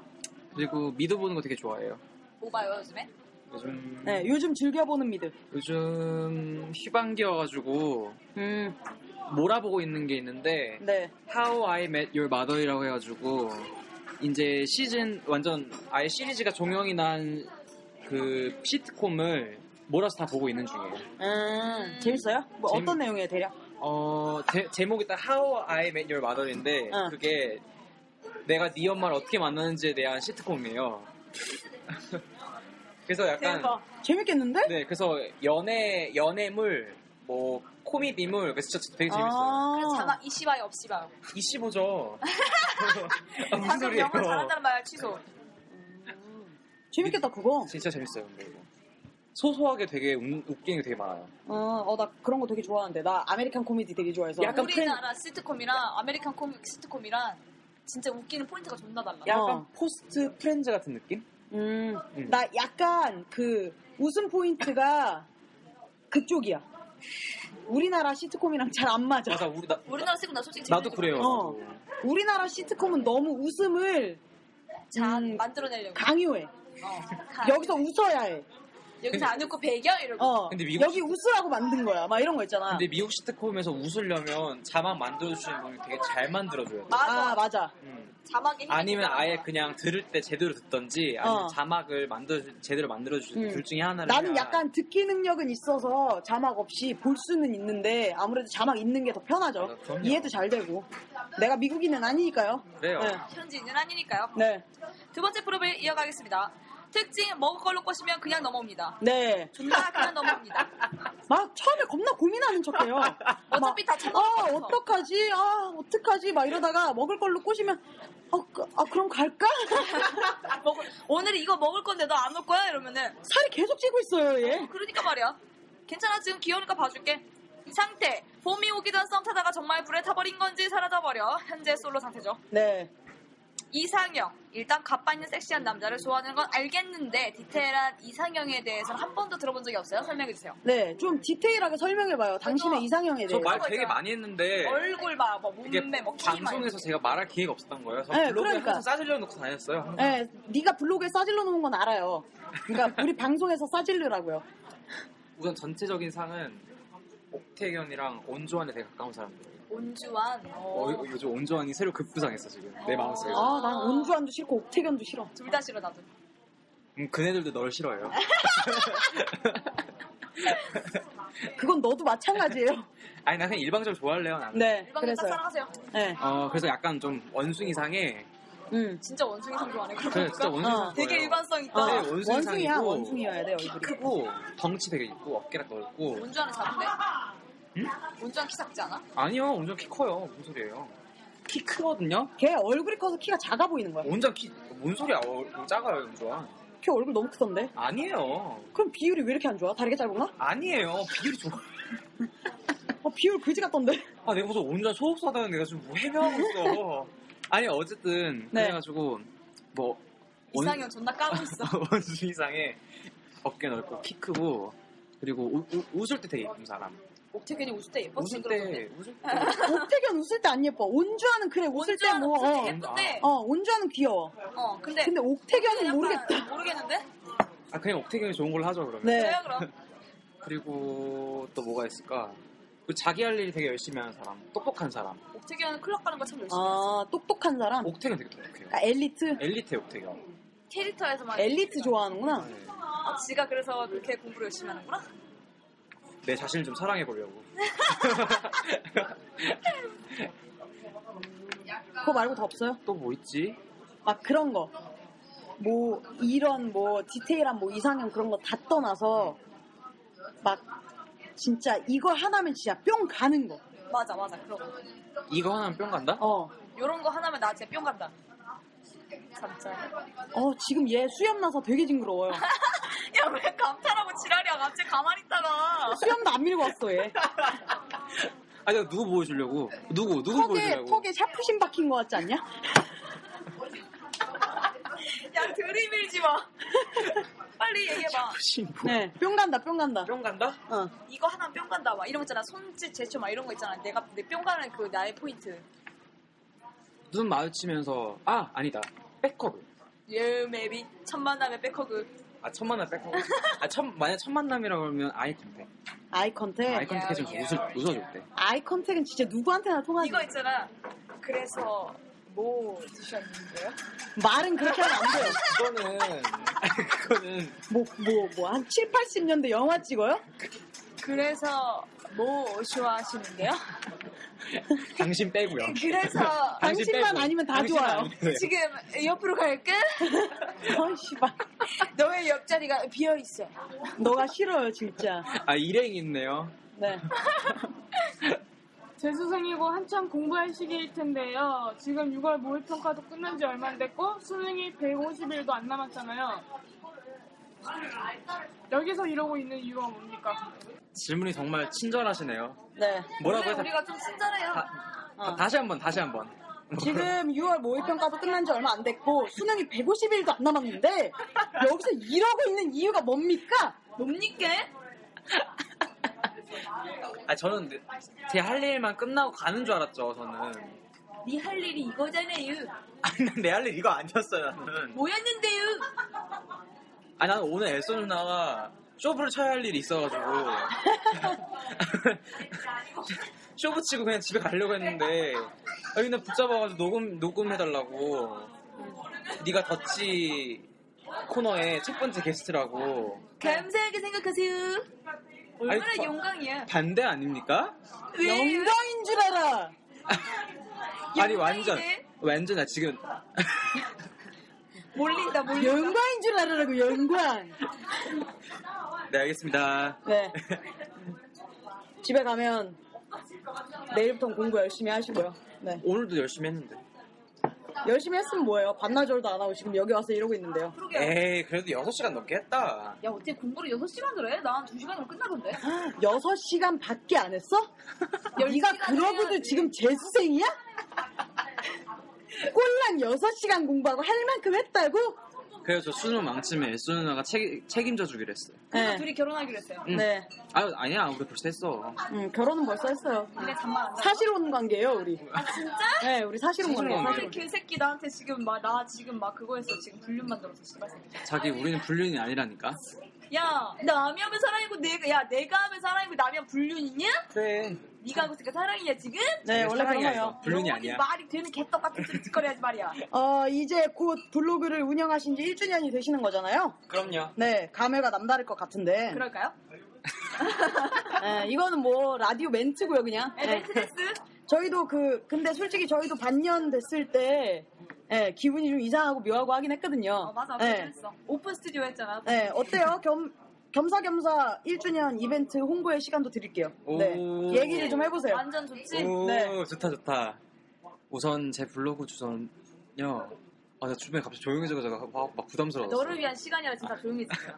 Speaker 8: 그리고 미드 보는 거 되게 좋아해요.
Speaker 4: 뭐 봐요 요즘에?
Speaker 8: 요즘
Speaker 3: 네, 요즘 즐겨보는 미드.
Speaker 8: 요즘 휴방기여가지고
Speaker 3: 음,
Speaker 8: 몰아보고 있는 게 있는데
Speaker 3: 네.
Speaker 8: How I Met Your Mother이라고 해가지고 이제 시즌 완전 아예 시리즈가 종영이 난 그 시트콤을 몰아서 다 보고 있는 중이에요.
Speaker 3: 음, 재밌어요? 뭐
Speaker 8: 재밌-
Speaker 3: 어떤 내용이에요, 대략?
Speaker 8: 어 제, 목이딱 How I Met Your Mother인데
Speaker 3: 응.
Speaker 8: 그게 내가 네 엄마를 어떻게 만났는지에 대한 시트콤이에요. 그래서 약간
Speaker 3: 재밌겠는데?
Speaker 8: 네 그래서 연애 연애물 뭐 코미디물 그래서 진짜 되게 재밌어요.
Speaker 3: 아.
Speaker 4: 그래서 자막 이시바이 없이바요.
Speaker 8: 25죠. 무슨
Speaker 4: 방금
Speaker 8: 소리예요?
Speaker 4: 영어 잘한다는 말 취소.
Speaker 3: 재밌겠다 그거.
Speaker 8: 진짜 재밌어요, 근데 이거. 소소하게 되게 웃- 웃기는 게 되게 많아요.
Speaker 3: 어, 어, 나 그런 거 되게 좋아하는데 나 아메리칸 코미디 되게 좋아해서.
Speaker 8: 약간
Speaker 4: 우리나라 시트콤이랑 아메리칸 코믹 시트콤이랑 진짜 웃기는 포인트가 존나 달라.
Speaker 8: 약간
Speaker 3: 어.
Speaker 8: 포스트 프렌즈 같은 느낌?
Speaker 3: 음,
Speaker 8: 음.
Speaker 3: 나 약간 그 웃음 포인트가 그쪽이야. 우리나라 시트콤이랑 잘 안 맞아.
Speaker 8: 맞아, 우리 나,
Speaker 4: 우리나라 시트콤 나 솔직히
Speaker 8: 나도
Speaker 4: 재밌는
Speaker 8: 그래요.
Speaker 3: 어.
Speaker 8: 나도.
Speaker 3: 우리나라 시트콤은 너무 웃음을
Speaker 4: 거 자,
Speaker 3: 음,
Speaker 4: 만들어내려고.
Speaker 3: 강요해.
Speaker 4: 어, 가.
Speaker 3: 여기서 웃어야 해.
Speaker 4: 여기서 안 웃고 배겨 이러고.
Speaker 3: 어.
Speaker 8: 근데 미국
Speaker 3: 여기 웃으라고 만든 거야. 막 이런 거 있잖아.
Speaker 8: 근데 미국 시트콤에서 웃으려면 자막 만들어주시는 분이 되게 잘 만들어줘야 돼.
Speaker 4: 맞아.
Speaker 3: 아 맞아.
Speaker 8: 음.
Speaker 4: 자막에 힘이
Speaker 8: 아니면
Speaker 4: 들어가는
Speaker 8: 아예
Speaker 4: 거야.
Speaker 8: 그냥 들을 때 제대로 듣던지, 아니면
Speaker 3: 어.
Speaker 8: 자막을 만들어, 제대로 만들어주는
Speaker 3: 음.
Speaker 8: 둘 중에 하나를.
Speaker 3: 나는
Speaker 8: 해야
Speaker 3: 약간 듣기 능력은 있어서 자막 없이 볼 수는 있는데 아무래도 자막 있는 게 더 편하죠.
Speaker 8: 아, 그럼요.
Speaker 3: 이해도 잘 되고. 내가 미국인은 아니니까요.
Speaker 8: 그래요.
Speaker 3: 네.
Speaker 4: 현지인은 아니니까요.
Speaker 3: 네.
Speaker 4: 두 번째 프로를 이어가겠습니다. 특징 먹을 걸로 꼬시면 그냥 넘어옵니다.
Speaker 3: 네.
Speaker 4: 존나 그냥 넘어옵니다.
Speaker 3: 막 처음에 겁나 고민하는 척해요.
Speaker 4: 어차피 다 처먹을
Speaker 3: 아,
Speaker 4: 거라서.
Speaker 3: 어떡하지? 아, 어떡하지? 막 이러다가 먹을 걸로 꼬시면 아, 그- 아, 그럼 갈까?
Speaker 4: 아, 먹을- 오늘 이거 먹을 건데 너 안 올 거야? 이러면은
Speaker 3: 살이 계속 찌고 있어요,
Speaker 8: 예?
Speaker 3: 얘.
Speaker 4: 그러니까 말이야. 괜찮아 지금 귀여우니까 봐줄게. 상태 봄이 오기 전 썸 타다가 정말 불에 타버린 건지 사라져 버려 현재 솔로 상태죠.
Speaker 3: 네.
Speaker 4: 이상형 일단 가빠 있는 섹시한 남자를 좋아하는 건 알겠는데 디테일한 이상형에 대해서는 한 번도 들어본 적이 없어요. 설명해 주세요.
Speaker 3: 네. 좀 디테일하게 설명해 봐요. 당신의
Speaker 4: 그래서
Speaker 3: 이상형에 대해서.
Speaker 8: 저 말 되게 많이 했는데
Speaker 4: 얼굴 봐, 뭐
Speaker 8: 네. 이게
Speaker 4: 몸매, 뭐 키만.
Speaker 8: 방송에서 제가 말할 기회가 없었던 거예요. 그래서
Speaker 3: 네,
Speaker 8: 블로그에
Speaker 3: 그러니까.
Speaker 8: 항상 싸질려 놓고 다녔어요. 항상.
Speaker 3: 네, 네가 블로그에 싸질러 놓은 건 알아요. 그러니까 우리 방송에서 싸질르라고요.
Speaker 8: 우선 전체적인 상은 옥태견이랑 온조한에 되게 가까운 사람들이에요.
Speaker 4: 온주한.
Speaker 8: 어, 요- 요즘 온조한이 새로 급부상했어 지금 내 마음속에.
Speaker 3: 아, 난 온주한도 싫고 옥태견도 싫어.
Speaker 4: 둘 다 싫어 나도.
Speaker 8: 음, 그네들도 널 싫어해요.
Speaker 3: 그건 너도 마찬가지예요.
Speaker 8: 아니 나 그냥 일방적으로 좋아할래요. 나는.
Speaker 3: 네,
Speaker 4: 일방에 딱
Speaker 3: 그래서요.
Speaker 4: 사랑하세요.
Speaker 3: 네,
Speaker 8: 어 그래서 약간 좀 원숭이상에
Speaker 3: 음.
Speaker 4: 진짜 원숭이 상 좋아하네. 그러고
Speaker 8: 그래,
Speaker 4: 보니까.
Speaker 8: 진짜 원숭이상
Speaker 3: 어.
Speaker 4: 되게
Speaker 8: 좋아해요.
Speaker 4: 일관성 있다.
Speaker 8: 네,
Speaker 3: 원숭이야,
Speaker 8: 원숭이상이고
Speaker 3: 원숭이어야 돼,
Speaker 8: 키
Speaker 3: 얼굴이.
Speaker 8: 크고 덩치 되게 있고 어깨가 넓고
Speaker 4: 온주한은 작은데? 온주한 키 작지 않아?
Speaker 8: 아니요 온전 키 커요. 무슨 소리예요? 키 크거든요.
Speaker 3: 걔 얼굴이 커서 키가 작아 보이는 거야.
Speaker 8: 온전 키뭔 소리야? 어, 작아요 온전.
Speaker 3: 걔 얼굴 너무 크던데?
Speaker 8: 아니에요.
Speaker 3: 그럼 비율이 왜 이렇게 안 좋아? 다리가 짧은가?
Speaker 8: 아니에요. 비율이 좋아.
Speaker 3: 어, 비율 그지 같던데?
Speaker 8: 아, 내가 무슨 온전 소속사다는 내가 지금 뭐 해명하고 있어. 아니, 어쨌든,
Speaker 3: 네.
Speaker 8: 그래가지고, 뭐, 원-
Speaker 4: 이상형 존나 까고 있어.
Speaker 8: 원숭이상에 어깨 넓고 키 크고, 그리고 우- 우- 웃을 때 되게 예쁜 사람.
Speaker 3: 어,
Speaker 4: 옥태균이 웃을 때 예뻐?
Speaker 3: 네,
Speaker 8: 웃을
Speaker 4: 징그러운데.
Speaker 8: 때, 웃을 때.
Speaker 3: 옥태견 웃을 때 안 예뻐. 온주하는 그래, 웃을 때
Speaker 4: 온주한은
Speaker 3: 뭐.
Speaker 4: 웃을 때
Speaker 3: 어.
Speaker 4: 예쁜데.
Speaker 3: 어, 온주하는 귀여워.
Speaker 4: 어, 근데.
Speaker 3: 근데 옥태견은
Speaker 4: 약간
Speaker 3: 모르겠다.
Speaker 4: 모르겠는데?
Speaker 8: 아, 그냥 옥태경이 좋은 걸로 하죠, 그러면.
Speaker 3: 네.
Speaker 4: 그래요, 그럼.
Speaker 8: 그리고 또 뭐가 있을까? 그 자기 할 일이 되게 열심히 하는 사람. 똑똑한 사람.
Speaker 4: 옥태균은 클럽 가는 거 참 열심히 했어.
Speaker 3: 아, 똑똑한 사람?
Speaker 8: 옥태경 되게 똑똑해요.
Speaker 3: 아, 엘리트?
Speaker 8: 엘리트 옥태경.
Speaker 4: 캐릭터에서만.
Speaker 3: 엘리트 좋아하는구나.
Speaker 8: 네.
Speaker 4: 아, 지가 그래서 그렇게 공부를 열심히 하는구나?
Speaker 8: 내 자신을 좀 사랑해보려고.
Speaker 3: 네. 그거 말고 더 없어요?
Speaker 8: 또 뭐 있지?
Speaker 3: 막 그런 거. 뭐, 이런 뭐, 디테일한 뭐, 이상형 그런 거 다 떠나서, 막, 진짜 이거 하나면 진짜 뿅 가는 거.
Speaker 4: 맞아, 맞아. 그런 거.
Speaker 8: 이거 하나면 뿅 간다?
Speaker 3: 어.
Speaker 4: 요런 거 하나면 나 진짜 뿅 간다. 진짜.
Speaker 3: 어, 지금 얘 수염 나서 되게 징그러워요.
Speaker 4: 야, 왜 감탄하고 지랄이야. 갑자기 가만히 있다가.
Speaker 3: 수염도 안 밀고 왔어, 얘.
Speaker 8: 아, 내가 누구 보여주려고? 누구, 누구
Speaker 3: 턱에,
Speaker 8: 보여주려고?
Speaker 3: 턱에 샤프심 박힌 거 같지 않냐?
Speaker 4: 야, 들이밀지 마. 빨리 얘기해봐.
Speaker 3: 네. 뿅 간다, 뿅 간다.
Speaker 8: 뿅 간다?
Speaker 3: 어.
Speaker 4: 이거 하나 뿅 간다 막 이런 거 있잖아 손짓 제스처 막 이런 거 있잖아 내가 내 뿅 가는 그 나의 포인트
Speaker 8: 눈 마주치면서, 아, 아니다. 백허그.
Speaker 4: 예 maybe 첫 만남의 백허그
Speaker 8: 아, 첫 만남 백허그. 아, 첫, 만약 첫 만남이라고 하면 아이 컨택.
Speaker 3: 아이 컨택.
Speaker 8: 아이 컨택 해서
Speaker 4: 예, 예.
Speaker 8: 웃을, 웃어줄 때.
Speaker 3: 아이 컨택은 진짜 누구한테나 통하지.
Speaker 4: 이거 있잖아 그래서 뭐 드셨는데요?
Speaker 3: 말은 그렇게 하면 안 돼요.
Speaker 8: 그거는, 그거는,
Speaker 3: 뭐, 뭐, 뭐, 한 7, 80년대 영화 찍어요?
Speaker 4: 그래서 뭐 좋아하시는데요?
Speaker 8: 당신 빼고요.
Speaker 4: 그래서
Speaker 8: 당신
Speaker 3: 당신만
Speaker 8: 빼고.
Speaker 3: 아니면 다
Speaker 8: 당신만
Speaker 3: 좋아요.
Speaker 8: 아니면 돼요.
Speaker 4: 지금 옆으로 갈까?
Speaker 3: 어, 씨발.
Speaker 4: 너의 옆자리가 비어 있어.
Speaker 3: 너가 싫어요, 진짜.
Speaker 8: 아, 일행 있네요.
Speaker 3: 네.
Speaker 5: 재수생이고 한참 공부할 시기일 텐데요. 지금 6월 모의평가도 끝난 지 얼마 안 됐고 수능이 150일도 안 남았잖아요. 여기서 이러고 있는 이유가 뭡니까?
Speaker 8: 질문이 정말 친절하시네요.
Speaker 3: 네.
Speaker 8: 뭐라고
Speaker 4: 원래
Speaker 8: 해서, 아.
Speaker 4: 우리가 좀 친절해요.
Speaker 8: 다,
Speaker 3: 어.
Speaker 8: 다시 한 번, 다시 한 번.
Speaker 3: 지금 6월 모의평가도 끝난 지 얼마 안 됐고, 수능이 150일도 안 남았는데, 여기서 이러고 있는 이유가 뭡니까?
Speaker 4: 뭡니까?
Speaker 8: 아, 저는 제 할 일만 끝나고 가는 줄 알았죠, 저는.
Speaker 4: 네 할 일이 이거잖아요.
Speaker 8: 아니, 내 할 일 이거 아니었어요, 나는.
Speaker 4: 뭐였는데요?
Speaker 8: 아, 나는 오늘 애써 누나가 쇼부를 쳐야 할 일이 있어가지고. 쇼부 치고 그냥 집에 가려고 했는데, 아, 근데 붙잡아가지고 녹음, 녹음해달라고. 네가 덧치 코너에 첫 번째 게스트라고.
Speaker 4: 감사하게 생각하세요. 얼마나
Speaker 8: 아이, 봐.
Speaker 4: 영광이야.
Speaker 8: 반대 아닙니까?
Speaker 4: 왜요?
Speaker 3: 영광인 줄 알아.
Speaker 8: 아니 완전 완전 나 지금
Speaker 4: 몰린다 몰린다.
Speaker 3: 연관인 줄 알으라고 연관.
Speaker 8: 네 알겠습니다.
Speaker 3: 네. 집에 가면 내일부터 공부 열심히 하시고요. 네.
Speaker 8: 오늘도 열심히 했는데.
Speaker 3: 열심히 했으면 뭐예요? 반나절도 안 하고 지금 여기 와서 이러고 있는데요.
Speaker 8: 에이 그래도 6시간 넘게 했다.
Speaker 4: 야 어떻게 공부를 6시간을 해? 난 2시간으로 끝나던데.
Speaker 3: 6시간 밖에 안 했어?
Speaker 4: 열
Speaker 3: 네가
Speaker 4: 시간을
Speaker 3: 그러고도
Speaker 4: 해야지.
Speaker 3: 지금 재수생이야? 꼴랑 6시간 공부하고 할 만큼 했다고?
Speaker 8: 그래서 저 수능 망치면 예수 누나가 책, 책임져 주기로 했어요.
Speaker 4: 그래서
Speaker 3: 네.
Speaker 4: 둘이 결혼하기로 했어요.
Speaker 8: 응.
Speaker 3: 네.
Speaker 8: 아, 아니야 우리 벌써 했어.
Speaker 3: 음, 결혼은 벌써 했어요.
Speaker 4: 근데 잠만 안 자.
Speaker 3: 사실혼 관계예요, 우리.
Speaker 4: 아 진짜?
Speaker 3: 네, 우리 사실혼
Speaker 8: 사실혼
Speaker 3: 관계.
Speaker 8: 관계.
Speaker 4: 아니 어, 개새끼 나한테 지금 막 나 지금 막 그거 했어 지금 불륜 만들어서 씨발 새끼.
Speaker 8: 자기 우리는 불륜이 아니라니까.
Speaker 4: 야 남이 하면 사랑이고 내가 야 내가 하면 사랑이고 남이 하면 불륜이냐?
Speaker 8: 그래.
Speaker 4: 네가 하고 있으니까 사랑이냐 지금?
Speaker 3: 네, 원래
Speaker 8: 사랑이
Speaker 3: 그런
Speaker 8: 아니죠. 불륜이
Speaker 4: 너무
Speaker 8: 아니야.
Speaker 4: 말이 되는 개떡 같은 소리 짓거리하지 말이야.
Speaker 3: 어, 이제 곧 블로그를 운영하신 지 1주년이 되시는 거잖아요?
Speaker 8: 그럼요.
Speaker 3: 네, 감회가 남다를 것 같은데.
Speaker 4: 그럴까요?
Speaker 3: 네, 이거는 뭐 라디오 멘트고요, 그냥. 네.
Speaker 4: 에벤트레스
Speaker 3: 저희도 그 근데 솔직히 저희도 반년 됐을 때 예, 기분이 좀 이상하고 묘하고 하긴 했거든요.
Speaker 4: 어, 맞아
Speaker 3: 예.
Speaker 4: 에벤트레스 오픈 스튜디오 했잖아.
Speaker 3: 예, 어때요? 겸 겸사겸사 1주년 이벤트 홍보의 시간도 드릴게요. 네.
Speaker 8: 오.
Speaker 3: 얘기를 좀 해보세요.
Speaker 4: 완전 좋지.
Speaker 8: 오
Speaker 3: 네.
Speaker 8: 좋다 좋다. 우선 제 블로그 주소는요. 아나 주변에 갑자기 조용해져서 막, 막 부담스러웠어.
Speaker 4: 너를 위한 시간이라 진짜 조용히 있어요.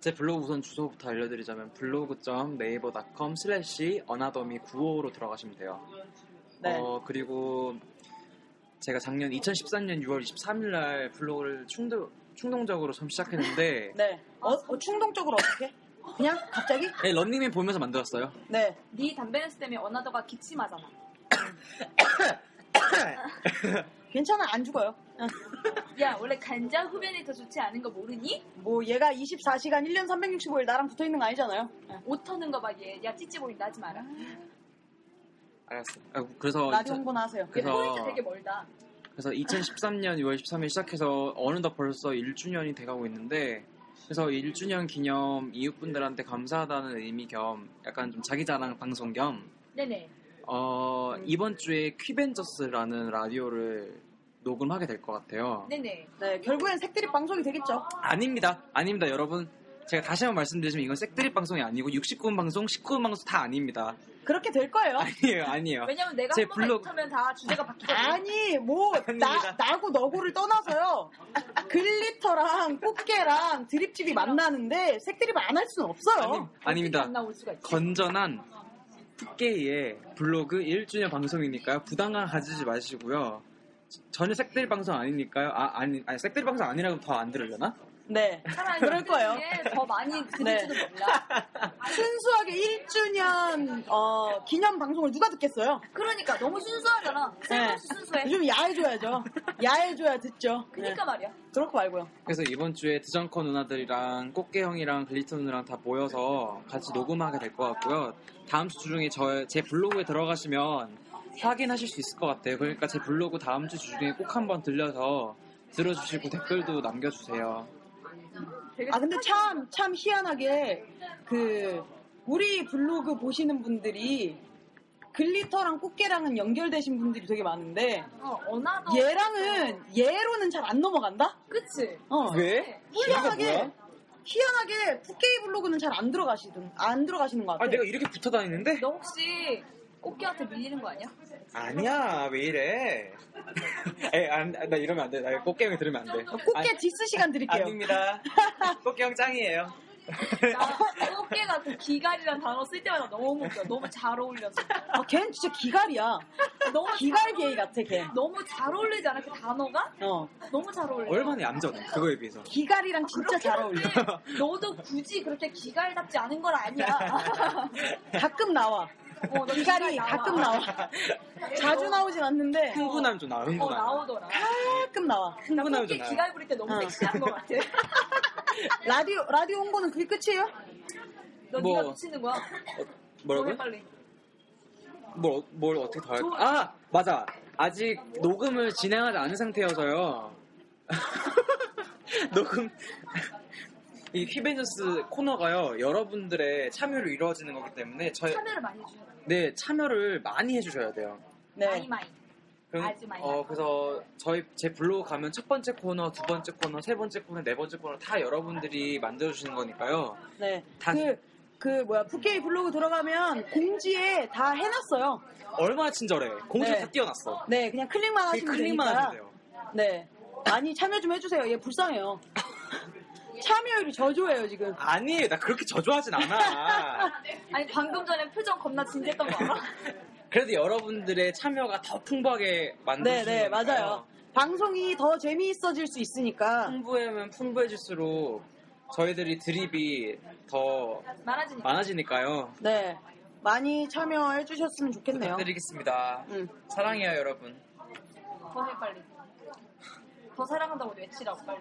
Speaker 8: 제 블로그 우선 주소부터 알려드리자면 블로그.네이버.com 슬래시 어나더미 95로 들어가시면 돼요.
Speaker 3: 네.
Speaker 8: 어, 그리고 제가 작년 2013년 6월 23일 날 블로그를 충동, 충동적으로 처음 시작했는데
Speaker 3: 네. 어, 어, 충동적으로 어떻게? 그냥 갑자기?
Speaker 8: 네, 런닝맨 보면서 만들었어요.
Speaker 3: 네.
Speaker 4: 네 담배 냄새 때문에 어나더가 기침하잖아.
Speaker 3: 괜찮아. 안 죽어요.
Speaker 4: 야 원래 간장 후변이 더 좋지 않은 거 모르니?
Speaker 3: 뭐 얘가 24시간 1년 365일 나랑 붙어 있는 거 아니잖아요. 예.
Speaker 4: 옷 터는 거 봐 얘. 야 찌찌 보인다 하지 마라.
Speaker 8: 알았어. 아, 그래서
Speaker 3: 라디오
Speaker 8: 2000
Speaker 3: 홍보나 하세요.
Speaker 4: 얘
Speaker 8: 그래서-
Speaker 4: 포인트 되게 멀다.
Speaker 8: 그래서 2013년 6월 23일 시작해서 어느덧 벌써 1주년이 돼가고 있는데 그래서 1주년 기념 이웃분들한테 감사하다는 의미 겸 약간 좀 자기 자랑 방송 겸
Speaker 4: 네네.
Speaker 8: 어,
Speaker 4: 네.
Speaker 8: 이번 주에 퀴벤저스라는 라디오를 녹음하게 될 것 같아요.
Speaker 4: 네네.
Speaker 3: 네, 결국엔 색드립 방송이 되겠죠.
Speaker 8: 아닙니다. 아닙니다, 여러분. 제가 다시 한번 말씀드리지만 이건 색드립 방송이 아니고 69분 방송, 19분 방송 다 아닙니다.
Speaker 3: 그렇게 될 거예요.
Speaker 8: 아니에요, 아니에요.
Speaker 4: 왜냐면 내가
Speaker 8: 제
Speaker 4: 한 번만
Speaker 8: 블로그-
Speaker 4: 입하면 다 주제가 바뀌거든.
Speaker 3: 아니 뭐 나,
Speaker 8: 아닙니다.
Speaker 3: 나고 너고를 떠나서요 글리터랑 꽃게랑 드립집이 만나는데 색드립 안 할 수는 없어요
Speaker 8: 아니, 닙니다
Speaker 4: 안 나올 수가 있지.
Speaker 8: 건전한 푸케이의 블로그 1주년 방송이니까요. 부당한 가지지 마시고요. 전혀 색드립 방송 아니니까요. 아, 아니, 아니 색드립 방송 아니라고 더 안 들으려나?
Speaker 3: 네
Speaker 4: 차라리
Speaker 3: 그럴 거예요.
Speaker 4: 이게 더
Speaker 8: 아,
Speaker 4: 많이 들릴지도
Speaker 8: 네.
Speaker 4: 몰라. 아, 네.
Speaker 3: 순수하게 1주년 어, 기념 방송을 누가 듣겠어요
Speaker 4: 그러니까 너무 순수하잖아.
Speaker 8: 네.
Speaker 4: 쓸모없이 순수해.
Speaker 3: 좀 야해줘야죠 야해줘야 듣죠
Speaker 4: 네. 그니까 말이야.
Speaker 3: 네, 그렇고 말고요
Speaker 8: 그래서 이번 주에 드정커 누나들이랑 꽃게 형이랑 글리터 누나랑 다 모여서 같이 녹음하게 될 것 같고요. 다음 주 중에 저 제 블로그에 들어가시면 확인하실 수 있을 것 같아요. 그러니까 제 블로그 다음 주 주중에 꼭 한번 들려서 들어주시고 댓글도 남겨주세요.
Speaker 4: 되게
Speaker 3: 아 근데 참 참 희한하게 그 우리 블로그 보시는 분들이 글리터랑 꽃게랑은 연결되신 분들이 되게 많은데
Speaker 4: 어, 어나더.
Speaker 3: 얘랑은 얘로는 잘 안 넘어간다.
Speaker 4: 그치?
Speaker 3: 어.
Speaker 8: 왜?
Speaker 3: 희한하게
Speaker 8: 뭐?
Speaker 3: 희한하게 푸케이 블로그는 잘 안 들어가시든 안 들어가시는 것 같아.
Speaker 8: 아 내가 이렇게 붙어 다니는데?
Speaker 4: 너 혹시 꽃게한테 밀리는 거 아니야?
Speaker 8: 아니야 왜 이래? 에이 안, 나 이러면 안 돼. 나 꽃게 형이 들으면 안 돼.
Speaker 3: 그 꽃게 디스 시간 드릴게요.
Speaker 8: 아닙니다. 꽃게 형 짱이에요. 네.
Speaker 4: 나 꽃게가 그 기갈이란 단어 쓸 때마다 너무 웃겨. 너무 잘 어울려서.
Speaker 3: 아, 걘 진짜 기갈이야.
Speaker 4: 너무
Speaker 3: 기갈 게이 같아 걔.
Speaker 4: 너무 잘 어울리지 않아? 그 단어가?
Speaker 3: 어.
Speaker 4: 너무 잘 어울려.
Speaker 8: 얼마나 얌전해 그거에 비해서.
Speaker 3: 기갈이랑 진짜 잘 어울려.
Speaker 4: 근데 너도 굳이 그렇게 기갈답지 않은 건 아니야.
Speaker 3: 가끔 나와.
Speaker 4: 어, 너
Speaker 3: 기갈이
Speaker 4: 기갈
Speaker 3: 가끔 나와. 자주 나오진 않는데
Speaker 8: 흥분하면 좀 나와.
Speaker 4: 어,
Speaker 8: 흥분하면.
Speaker 4: 나오더라.
Speaker 3: 가끔 나와.
Speaker 4: 나
Speaker 8: 흥분하면
Speaker 4: 꽃게
Speaker 8: 좀 나와.
Speaker 4: 기갈 부릴 때 너무
Speaker 3: 어.
Speaker 4: 섹시한 것 같아.
Speaker 3: 라디오 라디오 홍보는 그게 끝이에요?
Speaker 4: 너
Speaker 8: 뭐.
Speaker 4: 네가 놓치는 거야.
Speaker 8: 뭐라고요?
Speaker 4: 해, 빨리.
Speaker 8: 뭘, 어- 뭘 어떻게 더 할까? 아! 맞아! 아직 녹음을 진행하지 않은 상태여서요. 녹음. 이 휘베누스 코너가요, 여러분들의 참여로 이루어지는 거기 때문에, 저희,
Speaker 4: 참여를 많이 해주셔야 돼.
Speaker 8: 네, 참여를 많이 해주셔야 돼요.
Speaker 4: 많이
Speaker 3: 네.
Speaker 4: 많이.
Speaker 8: 그럼,
Speaker 4: 아주 많이
Speaker 8: 어, 그래서 저희 제 블로그 가면 첫 번째 코너, 두 번째 코너, 세 번째 코너, 네 번째 코너 다 여러분들이 만들어 주시는 거니까요.
Speaker 3: 네.
Speaker 8: 다-
Speaker 3: 그, 그 뭐야 푸케이 블로그 들어가면 공지에 다 해놨어요.
Speaker 8: 얼마나 친절해. 공지
Speaker 3: 네.
Speaker 8: 다 띄워놨어.
Speaker 3: 네, 그냥
Speaker 4: 아,
Speaker 3: 클릭만
Speaker 8: 그
Speaker 3: 하시면
Speaker 8: 클릭만
Speaker 3: 되니까.
Speaker 8: 하면 돼요.
Speaker 3: 네. 많이 참여 좀 해주세요. 얘 불쌍해요. 참여율이 저조해요 지금.
Speaker 8: 아니, 나 그렇게 저조하진 않아.
Speaker 4: 아니 방금 전에 표정 겁나 진지했던 거 알아?
Speaker 8: 그래도 여러분들의 참여가 더 풍부하게 만드는
Speaker 3: 네, 네, 맞아요. 방송이 더 재미있어질 수 있으니까.
Speaker 8: 풍부하면 풍부해질수록 저희들이 드립이 더
Speaker 4: 말하지.
Speaker 8: 많아지니까요.
Speaker 3: 네. 많이 참여해 주셨으면 좋겠네요.
Speaker 8: 부탁드리겠습니다.
Speaker 3: 음.
Speaker 8: 사랑해요, 여러분.
Speaker 4: 더해 빨리. 더 사랑한다고 외치라고 빨리.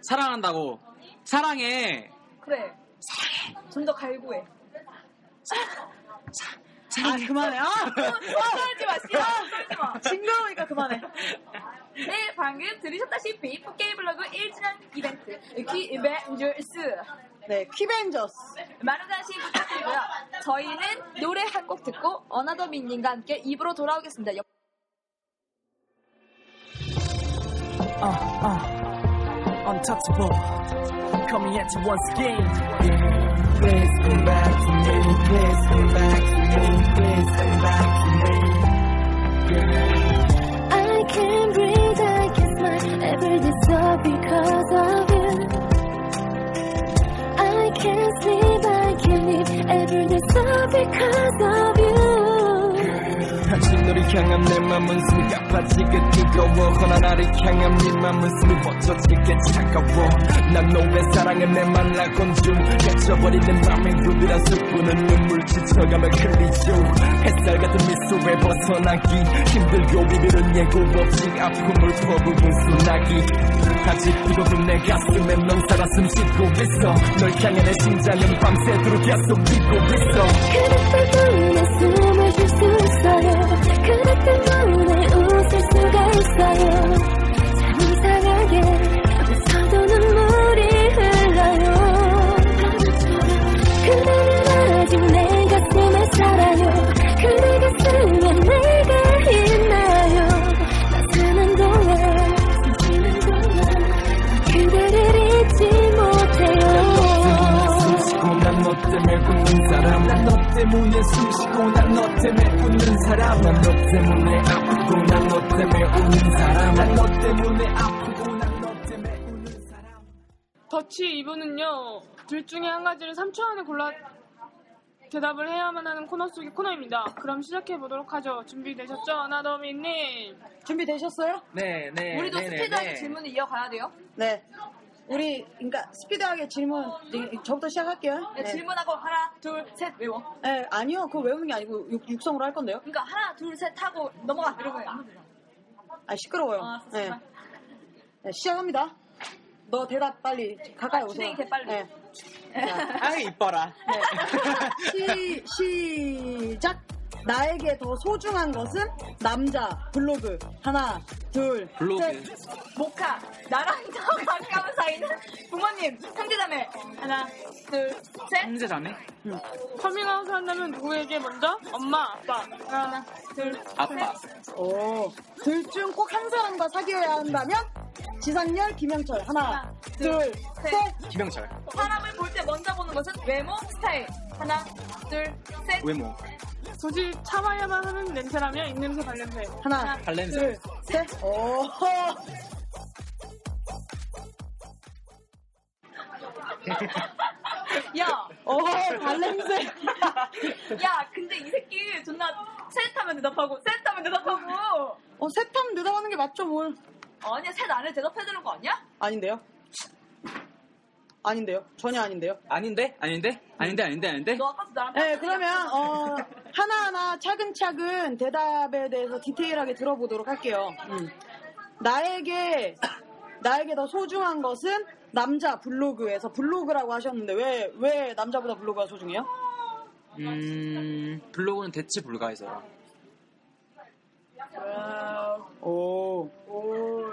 Speaker 8: 사랑한다고. 사랑해.
Speaker 4: 그래. 사랑해. 좀 더 갈구해.
Speaker 3: 아 그만해. 아!
Speaker 4: 쏘지 마, 씨발. 쏘지 마.
Speaker 3: 징그러우니까 그만해.
Speaker 4: 네, 방금 들으셨다시피 푸케이블로그 1주년 이벤트 키 이벤저스
Speaker 3: 네, 퀴벤저스.
Speaker 4: 많은 관심 부탁드리고요. 저희는 노래 한 곡 듣고 어나더 민님과 함께 입으로 돌아오겠습니다. 옆-
Speaker 7: uh, uh, untouchable. Coming at you once again. Please come back to me. Please come back to me. Please come back to me.
Speaker 6: I can't breathe, I can smile every day so because of you. I can't sleep, I can't live every day so because of you.
Speaker 7: 당신 너를 향한 내 맘은 숨이 가빠지게 뜨거워 허나 나를 향한 네 맘은 숨이 뻗쳐지게 차가워 난 너의 사랑에 내 말라곤 중 갇혀버리는 밤의 불비란 수분은 눈물 지쳐가며 흘리죠 햇살 같은 미소에 벗어나기 힘들고 이별은 예고 없이 아픔을 퍼부은 소나기 아직 뜨거운 내 가슴에 넌 살아 숨쉬고 있어 널 향해 내 심장은 밤새도록 계속 뛰고 있어
Speaker 6: 그대 때문에 숨을 쉴 수 있어요. 그대 때문에 웃을 수가 있어요. 참 이상하게 웃어도 눈물이 흘러요. 그대는 아직 내 가슴에 살아요. 그대가 쓰면 내가 있나요. 나 사는 동안, 숨쉬는 동안 그대를 잊지 못해요.
Speaker 7: 숨쉬고 난 너 때문에 굶는 사람 난 너 때문에 숨쉬고 난 너 때문에 굶는 사람 난 너 때문에 아프고 난 너 때문에 우는 사람 난 너 때문에 아프고 난 너 때문에 우는 사람
Speaker 5: 더치 2부는요, 둘 중에 한 가지를 3초 안에 골라 대답을 해야만 하는 코너 속의 코너입니다. 그럼 시작해보도록 하죠. 준비되셨죠? 나더미님.
Speaker 3: 준비되셨어요?
Speaker 8: 네, 네.
Speaker 4: 우리도
Speaker 8: 네, 네,
Speaker 4: 스피드하게
Speaker 8: 네.
Speaker 4: 질문을 이어가야 돼요.
Speaker 3: 네. 우리 그러니까 스피드하게 질문 네, 저부터 시작할게요.
Speaker 4: 네, 질문하고 하나, 둘, 셋 외워.
Speaker 3: 네, 아니요. 그거 외우는 게 아니고 육, 육성으로 할 건데요.
Speaker 4: 그러니까 하나, 둘, 셋 하고 넘어가. 이러고 해요.
Speaker 3: 아 시끄러워요.
Speaker 4: 아,
Speaker 3: 네.
Speaker 4: 정말.
Speaker 3: 네, 시작합니다. 너 대답 빨리 가까이
Speaker 4: 아,
Speaker 3: 오세요.
Speaker 4: 진행이 돼, 빨리.
Speaker 3: 네.
Speaker 8: 아이, 이뻐라.
Speaker 3: 네. 시, 시작. 나에게 더 소중한 것은 남자 블로그 하나 둘
Speaker 8: 블로그.
Speaker 3: 셋.
Speaker 4: 모카, 나랑 더 가까운 사이는 부모님, 형제자매. 하나, 둘, 셋.
Speaker 8: 형제 자매?
Speaker 5: 커밍아웃 한다면 누구에게 먼저? 엄마, 아빠. 하나, 둘,
Speaker 8: 아빠.
Speaker 3: 오, 둘 중 꼭 한 사람과 사귀어야 한다면 지상렬 김영철 하나 둘 셋.
Speaker 8: 김영철.
Speaker 4: 사람을 볼 때 먼저 보는 것은 외모, 스타일. 하나, 둘, 셋.
Speaker 8: 외모.
Speaker 5: 굳이 참아야만 하는 냄새라면 입냄새, 발냄새.
Speaker 3: 하나
Speaker 8: 발냄새.
Speaker 3: 둘 셋. 오.
Speaker 4: 야,
Speaker 3: 오, 발냄새.
Speaker 4: 야, 근데 이 새끼 존나 셋 하면 대답하고, 셋 하면 대답하고.
Speaker 3: 어, 세탐 대답하는 게 맞죠, 뭘?
Speaker 4: 아니야, 셋 안에 대답해주는 거 아니야?
Speaker 3: 아닌데요? 아닌데요? 전혀 아닌데요?
Speaker 8: 아닌데? 아닌데? 아닌데, 아닌데, 아닌데?
Speaker 4: 너 아까도 나랑
Speaker 3: 네,
Speaker 4: 똑같이
Speaker 3: 그러면,
Speaker 4: 얘기했잖아.
Speaker 3: 어, 하나하나 차근차근 대답에 대해서 디테일하게 들어보도록 할게요. 음. 나에게, 나에게 더 소중한 것은 남자 블로그에서 블로그라고 하셨는데, 왜, 왜 남자보다 블로그가 소중해요?
Speaker 8: 음, 블로그는 대체 불가해서요.
Speaker 3: 오,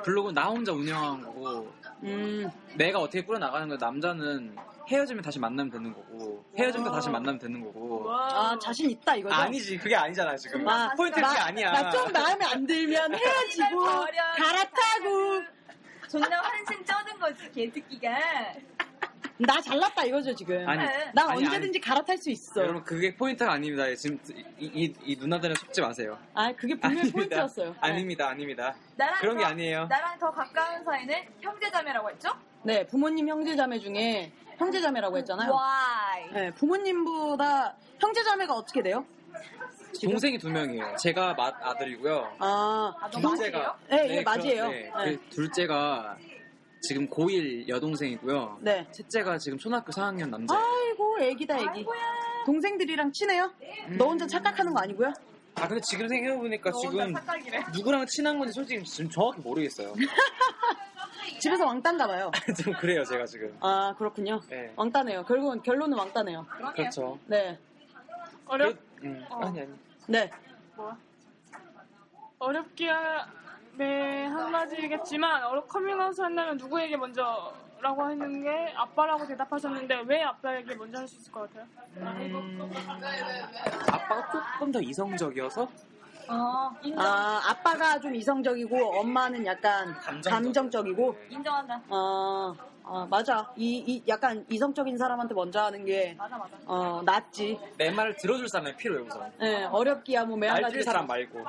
Speaker 8: 블로그는 나 혼자 운영한 거고,
Speaker 3: 음,
Speaker 8: 내가 어떻게 꾸려나가는 거야. 남자는 헤어지면 다시 만나면 되는 거고, 헤어지면 또 다시 만나면 되는 거고,
Speaker 3: 아 자신 있다 이거죠?
Speaker 8: 아니지 그게 아니잖아 지금
Speaker 3: 아,
Speaker 8: 포인트가 그게 아니야
Speaker 3: 나 좀 마음에 안 들면 헤어지고
Speaker 4: 버려.
Speaker 3: 갈아타고
Speaker 4: 존나 환승 쩌는 거지 개특기가.
Speaker 3: 나 잘났다 이거죠 지금.
Speaker 8: 아니
Speaker 3: 나
Speaker 8: 아니,
Speaker 3: 언제든지 갈아탈 수 있어.
Speaker 8: 아니. 여러분 그게 포인트가 아닙니다 지금 이, 이, 이 누나들은 속지 마세요
Speaker 3: 아 그게 분명 히 포인트였어요. 네.
Speaker 8: 아닙니다 아닙니다
Speaker 4: 나랑
Speaker 8: 그런 게
Speaker 4: 더-
Speaker 8: 아니에요
Speaker 4: 나랑 더 가까운 사이는 형제자매라고 했죠?
Speaker 3: 네. 네, 부모님 형제자매 중에 형제자매라고 했잖아요.
Speaker 4: 와이.
Speaker 3: 네, 부모님보다 형제자매가 어떻게 돼요?
Speaker 8: 동생이 두 명이에요 제가 맏 아들이고요
Speaker 3: 아,
Speaker 4: 아, 너무
Speaker 8: 둘째가
Speaker 3: 네, 이게 맞이에요.
Speaker 8: 네,
Speaker 3: 네.
Speaker 8: 그 둘째가 지금 고1 여동생이고요
Speaker 3: 네.
Speaker 8: 셋째가 지금 초등학교 4학년 남자 아,
Speaker 3: 아이고 애기다 애기. 동생들이랑 친해요? 너 혼자 착각하는 거 아니고요?
Speaker 8: 아 근데 지금 생각해보니까 지금
Speaker 4: 착각이래.
Speaker 8: 누구랑 친한 건지 솔직히 지금 정확히 모르겠어요
Speaker 3: 집에서 왕따인가 봐요.
Speaker 8: 좀 그래요 제가 지금
Speaker 3: 아 그렇군요.
Speaker 8: 네.
Speaker 3: 왕따네요. 결국은 결론은 왕따네요.
Speaker 8: 그렇죠
Speaker 3: 네,
Speaker 5: 어렵 뭐.
Speaker 8: 그- 음, 아니 아니
Speaker 3: 네.
Speaker 5: 어렵게 네 한마디겠지만 어렵 커밍아웃 한다면 누구에게 먼저라고 하는 게 아빠라고 대답하셨는데 왜 아빠에게 먼저 할 수 있을 것 같아요?
Speaker 8: 음, 아빠가 조금 더 이성적이어서
Speaker 4: 어, 인정.
Speaker 3: 아 아빠가 좀 이성적이고 엄마는 약간 감정적. 이고
Speaker 4: 인정한다.
Speaker 3: 어, 어, 맞아. 이, 이 약간 이성적인 사람한테 먼저 하는 게
Speaker 4: 맞아 맞아.
Speaker 3: 어, 낫지.
Speaker 8: 내 말을 들어줄 사람이 필요해 우선
Speaker 3: 예, 어렵기야 뭐 매한가지.
Speaker 8: 알뜰 사람 말고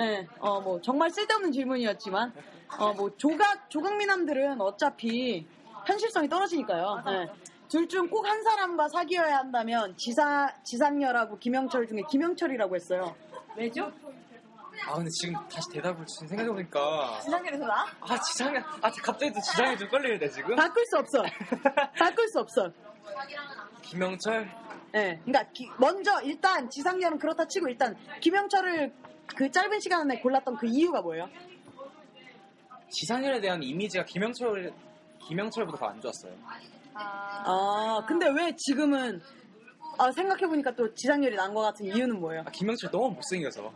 Speaker 3: 예, 어, 뭐 정말 쓸데없는 질문이었지만, 어, 뭐 조각 조각 미남들은 어차피 현실성이 떨어지니까요. 예. 둘 중 꼭 한 사람과 사귀어야 한다면 지사 지상렬하고 김영철 중에 김영철이라고 했어요.
Speaker 4: 왜죠?
Speaker 8: 아 근데 지금 다시 대답을 지금 생각해보니까
Speaker 4: 지상렬에서 나?
Speaker 8: 아 지상이 아 갑자기 또 지상이 좀 끌리는데 지금
Speaker 3: 바꿀 수 없어. 바꿀 수 없어.
Speaker 8: 김영철
Speaker 3: 예, 그러니까 기- 먼저 일단 지상렬은 그렇다 치고 일단 김영철을 그 짧은 시간 안에 골랐던 그 이유가 뭐예요?
Speaker 8: 지상렬에 대한 이미지가 김영철 김영철보다 더 안 좋았어요
Speaker 4: 아,
Speaker 3: 아, 근데 왜 지금은 아, 생각해보니까 또 지상렬이 난 것 같은 이유는 뭐예요?
Speaker 8: 아, 김영철 너무 못생겨서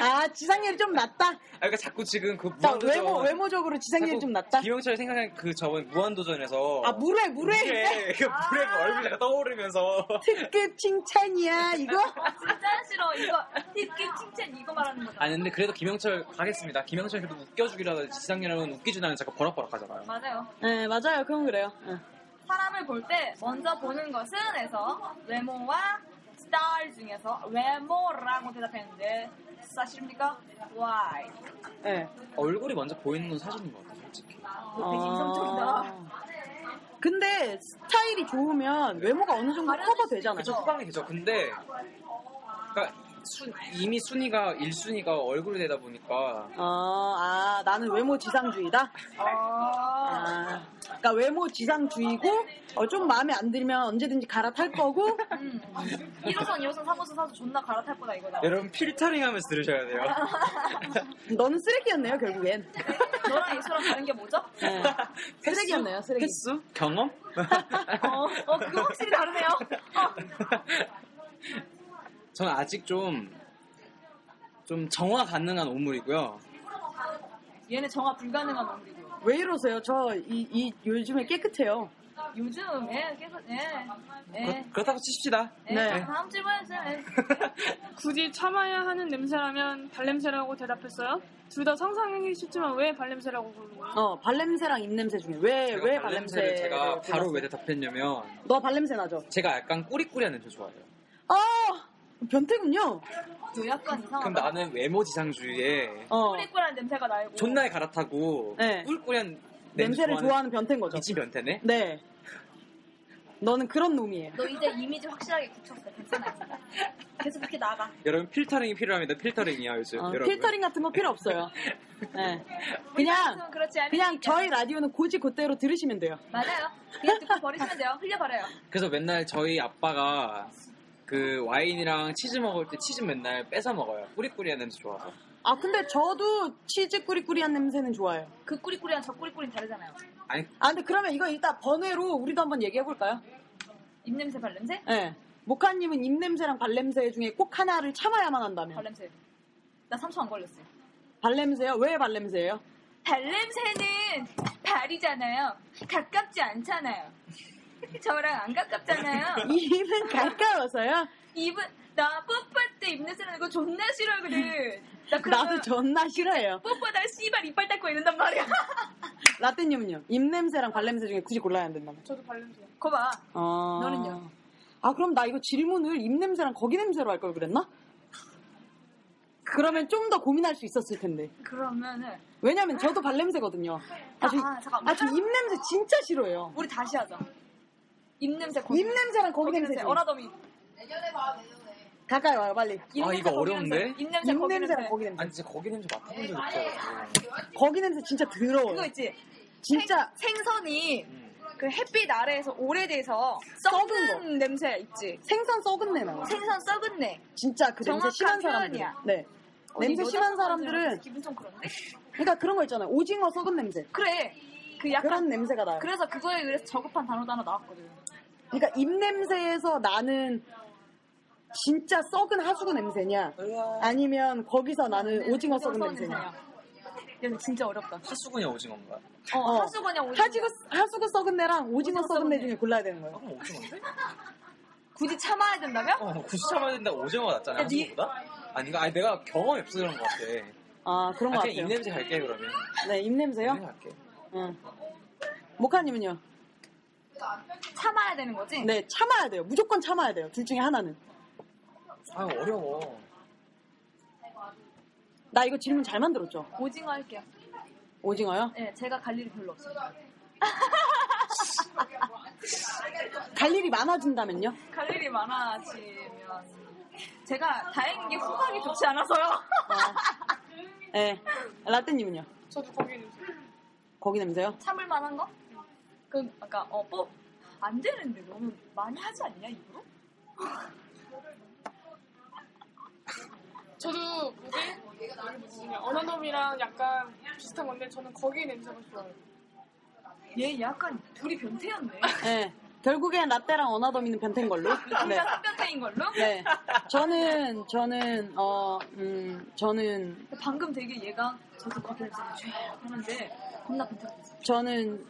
Speaker 3: 아, 지상렬이 좀 낫다?
Speaker 8: 아, 그러니까 자꾸 지금 그
Speaker 3: 자,
Speaker 8: 무한도전
Speaker 3: 외모, 외모적으로 지상렬이
Speaker 8: 자꾸
Speaker 3: 좀 낫다?
Speaker 8: 김영철 생각한 그 저번 무한도전에서
Speaker 3: 아, 물회, 물회!
Speaker 8: 물에 그 물에 그 얼굴이 약간 떠오르면서
Speaker 3: 특급 칭찬이야, 이거?
Speaker 4: 진짜 싫어. 이거 힙기 칭찬 이거 말하는 거잖아.
Speaker 8: 아니 근데 그래도 김영철 가겠습니다. 김영철 그래도 웃겨주기라도 지상렬은 웃기지 않으면 자꾸 버럭버럭하잖아요.
Speaker 4: 맞아요.
Speaker 3: 네, 맞아요. 그건 그래요. 네.
Speaker 4: 사람을 볼 때 먼저 보는 것은에서 외모와 스타일 중에서 외모라고 대답했는데 사실입니까? Why?
Speaker 3: 네.
Speaker 8: 얼굴이 먼저 보이는 건 사실인 것 같아요, 솔직히.
Speaker 4: 너 어, 되게 인성적이다.
Speaker 3: 아. 근데 스타일이 좋으면 외모가 어느 정도
Speaker 4: 다른
Speaker 3: 커버 되잖아요.
Speaker 8: 그쵸, 후방이 되죠. 근데 그러니까 순- 이미 순위가 1순위가 얼굴이 되다 보니까
Speaker 3: 어, 아, 나는 외모 지상주의다?
Speaker 4: 아,
Speaker 3: 아, 그러니까 외모 지상주의고, 어, 좀 마음에 안 들면 언제든지 갈아탈 거고,
Speaker 4: 음. 1호선, 2호선, 3호선, 4호선 존나 갈아탈 거다 이거다.
Speaker 8: 여러분 필터링하면서 들으셔야 돼요.
Speaker 3: 너는 쓰레기였네요, 결국엔.
Speaker 4: 너랑 이수랑 다른 게 뭐죠?
Speaker 3: 네. 쓰레기였네요, 쓰레기.
Speaker 8: 횟수? 경험?
Speaker 4: 어, 어 그거 확실히 다르네요. 어.
Speaker 8: 저는 아직 좀, 좀 정화 가능한 오물이고요.
Speaker 4: 얘네 정화 불가능한 놈들이고.
Speaker 3: 왜 이러세요? 저, 이, 이, 요즘에 깨끗해요.
Speaker 4: 요즘에 계속 예. 예.
Speaker 8: 그렇, 그렇다고 치십시다.
Speaker 4: 예.
Speaker 3: 네.
Speaker 4: 다음 질문 해주세요. 예.
Speaker 5: 굳이 참아야 하는 냄새라면 발냄새라고 대답했어요. 둘 다 상상하기 쉽지만 왜 발냄새라고 부르는 거예요?
Speaker 3: 어, 발냄새랑 입냄새 중에. 네, 왜,
Speaker 8: 제가
Speaker 3: 왜
Speaker 8: 발냄새를
Speaker 3: 발냄새.
Speaker 8: 제가 바로 왜 대답했냐면
Speaker 3: 너 발냄새 나죠?
Speaker 8: 제가 약간 꾸리꾸리한 냄새 좋아해요.
Speaker 3: 아! 변태군요?
Speaker 4: 너
Speaker 8: 그럼
Speaker 3: 아,
Speaker 4: 약간
Speaker 3: 네.
Speaker 4: 이상하다.
Speaker 8: 나는 외모 지상주의에
Speaker 3: 어.
Speaker 4: 꾸리꾸리한 냄새가 나고.
Speaker 8: 존나게 갈아타고
Speaker 3: 네.
Speaker 8: 꾸리꾸리한 냄새
Speaker 3: 냄새를 좋아하는 변태인 거죠?
Speaker 8: 미친 변태네.
Speaker 3: 네. 너는 그런 놈이에요.
Speaker 8: 네,
Speaker 4: 너 이제 이미지 확실하게 굳혔어. 괜찮아. 괜찮아. 계속 그렇게 나가.
Speaker 8: 여러분 필터링이 필요합니다. 필터링이요 요즘
Speaker 3: 어,
Speaker 8: 여러분.
Speaker 3: 필터링 같은 거 필요 없어요. 네. 그냥,
Speaker 4: 그렇지 않으니까.
Speaker 3: 그냥 저희 라디오는 고지 곧대로 들으시면 돼요.
Speaker 4: 맞아요. 그냥 듣고 버리시면 돼요. 흘려버려요.
Speaker 8: 그래서 맨날 저희 아빠가 그 와인이랑 치즈 먹을 때 치즈 맨날 뺏어 먹어요. 꾸리꾸리한 냄새 좋아서.
Speaker 3: 아, 근데 저도 치즈 꾸리꾸리한 냄새는 좋아해요.
Speaker 4: 그 꾸리꾸리랑 저 꾸리꾸리는 다르잖아요.
Speaker 8: 아니
Speaker 3: 아, 근데 그러면 이거 일단 번외로 우리도 한번 얘기해볼까요?
Speaker 4: 입냄새, 발냄새?
Speaker 3: 예. 모카님은 입냄새랑 발냄새 중에 꼭 하나를 참아야만 한다면.
Speaker 4: 발냄새. 나 3초 안 걸렸어. 요
Speaker 3: 발냄새요? 왜 발냄새예요?
Speaker 4: 발냄새는 발이잖아요. 가깝지 않잖아요. 저랑 안 가깝잖아요.
Speaker 3: 이는 가까워서요.
Speaker 4: 입은 나 뽀뽀할 때 입는 쓰는 거 존나 싫어 그래. 나
Speaker 3: 나도
Speaker 4: 그러면
Speaker 3: 존나 싫어요.
Speaker 4: 뽀뽀하다가 씨발 이빨 닦고 이런단 말이야.
Speaker 3: 라떼님은요? 입냄새랑 발냄새 중에 굳이 골라야 한다면.
Speaker 5: 저도 발냄새요.
Speaker 4: 거봐.
Speaker 3: 아.
Speaker 4: 너는요?
Speaker 3: 아, 그럼 나 이거 질문을 입냄새랑 거기 냄새로 할 걸 그랬나? 그러면 좀 더 고민할 수 있었을 텐데.
Speaker 4: 그러면은
Speaker 3: 왜냐면 저도 발냄새거든요. 아, 저,
Speaker 4: 아, 잠깐만.
Speaker 3: 아, 저 입냄새 진짜 싫어요.
Speaker 4: 우리 다시 하자. 입냄새 고기
Speaker 3: 입냄새랑 거기 냄새. 중
Speaker 4: 어라더미.
Speaker 3: 가까이 와요, 빨리.
Speaker 4: 입냄새,
Speaker 8: 아, 이거
Speaker 4: 거기
Speaker 8: 어려운데?
Speaker 4: 냄새. 입냄새 거기
Speaker 3: 입냄새랑
Speaker 4: 냄새.
Speaker 3: 거기 냄새.
Speaker 8: 아니 진짜 거기 냄새 맡아본 적 없어가지고
Speaker 3: 거기 냄새 진짜
Speaker 4: 그거
Speaker 3: 더러워요.
Speaker 4: 있지.
Speaker 3: 진짜
Speaker 4: 생, 선이
Speaker 8: 음.
Speaker 4: 그 햇빛 아래에서 오래돼서
Speaker 3: 썩은
Speaker 4: 썩은 냄새 있지.
Speaker 3: 생선 썩은 내 나요.
Speaker 4: 생선 썩은 내.
Speaker 3: 진짜 그 냄새
Speaker 4: 정확한
Speaker 3: 심한 사람들.
Speaker 4: 표현이야.
Speaker 3: 네. 냄새
Speaker 4: 여자
Speaker 3: 심한
Speaker 4: 사람들한테
Speaker 3: 사람들은
Speaker 4: 기분 좀 그런데?
Speaker 3: 그러니까 그런 거 있잖아요. 오징어 썩은 냄새.
Speaker 4: 그래. 그 약간
Speaker 3: 그런 냄새가 나요.
Speaker 4: 그래서 그거에 의해서 저급한 단어도 하나 나왔거든.
Speaker 3: 그러니까 입냄새에서 나는 진짜 썩은 하수구 냄새냐 아니면 거기서
Speaker 4: 네,
Speaker 3: 나는 오징어 썩은 냄새냐
Speaker 4: 야, 진짜 어렵다.
Speaker 8: 하수구냐 오징어인가?
Speaker 4: 어,
Speaker 3: 어.
Speaker 4: 하수구냐 오징어.
Speaker 3: 하지구, 하수구 썩은 내랑 오징어,
Speaker 4: 오징어
Speaker 3: 썩은 내
Speaker 4: 썩은 내.
Speaker 3: 중에 골라야 되는 거예요
Speaker 8: 방금 아, 오징어인데?
Speaker 4: 굳이 참아야 된다며?
Speaker 8: 어, 굳이 참아야 된다 오징어가 낫잖아
Speaker 4: 야, 니-
Speaker 8: 하수구보다? 아닌가? 아니 내가 경험이 없어서 그런 것 같아
Speaker 3: 아 그런 거
Speaker 8: 아, 그냥
Speaker 3: 같아요
Speaker 8: 입냄새 갈게 그러면
Speaker 3: 네
Speaker 8: 입냄새
Speaker 3: 입냄새요?
Speaker 8: 갈게
Speaker 3: 응. 모카님은요?
Speaker 4: 참아야 되는 거지?
Speaker 3: 네 참아야 돼요 무조건 참아야 돼요 둘 중에 하나는
Speaker 8: 아 어려워
Speaker 3: 나 이거 질문 잘 만들었죠?
Speaker 4: 오징어 할게요.
Speaker 3: 오징어요?
Speaker 4: 네, 제가 갈 일이 별로 없어요.
Speaker 3: 갈 일이 많아진다면요?
Speaker 4: 갈 일이 많아지면 제가 다행인 게 후각이 좋지 않아서요.
Speaker 3: 네 라떼님은요?
Speaker 5: 저도 거기 냄새.
Speaker 3: 거기 냄새요?
Speaker 4: 참을 만한 거? 그 아까 어뽑안 되는데 너무 많이 하지 않냐 입으로?
Speaker 5: 저도 뭐지? 여기 뭐지? 언어놈이랑 약간 비슷한 건데 저는 거기 냄새가 좋아요.
Speaker 4: 얘 약간 둘이 변태였네.
Speaker 3: 네 결국엔 라떼랑 어나더미는 변태인 걸로 네.
Speaker 4: 진짜 변태인 걸로?
Speaker 3: 네. 저는, 저는, 어, 음, 저는,
Speaker 4: 방금 되게 얘가 저도 거기를 되게 죄악 하는데 겁나 변태였어.
Speaker 3: 저는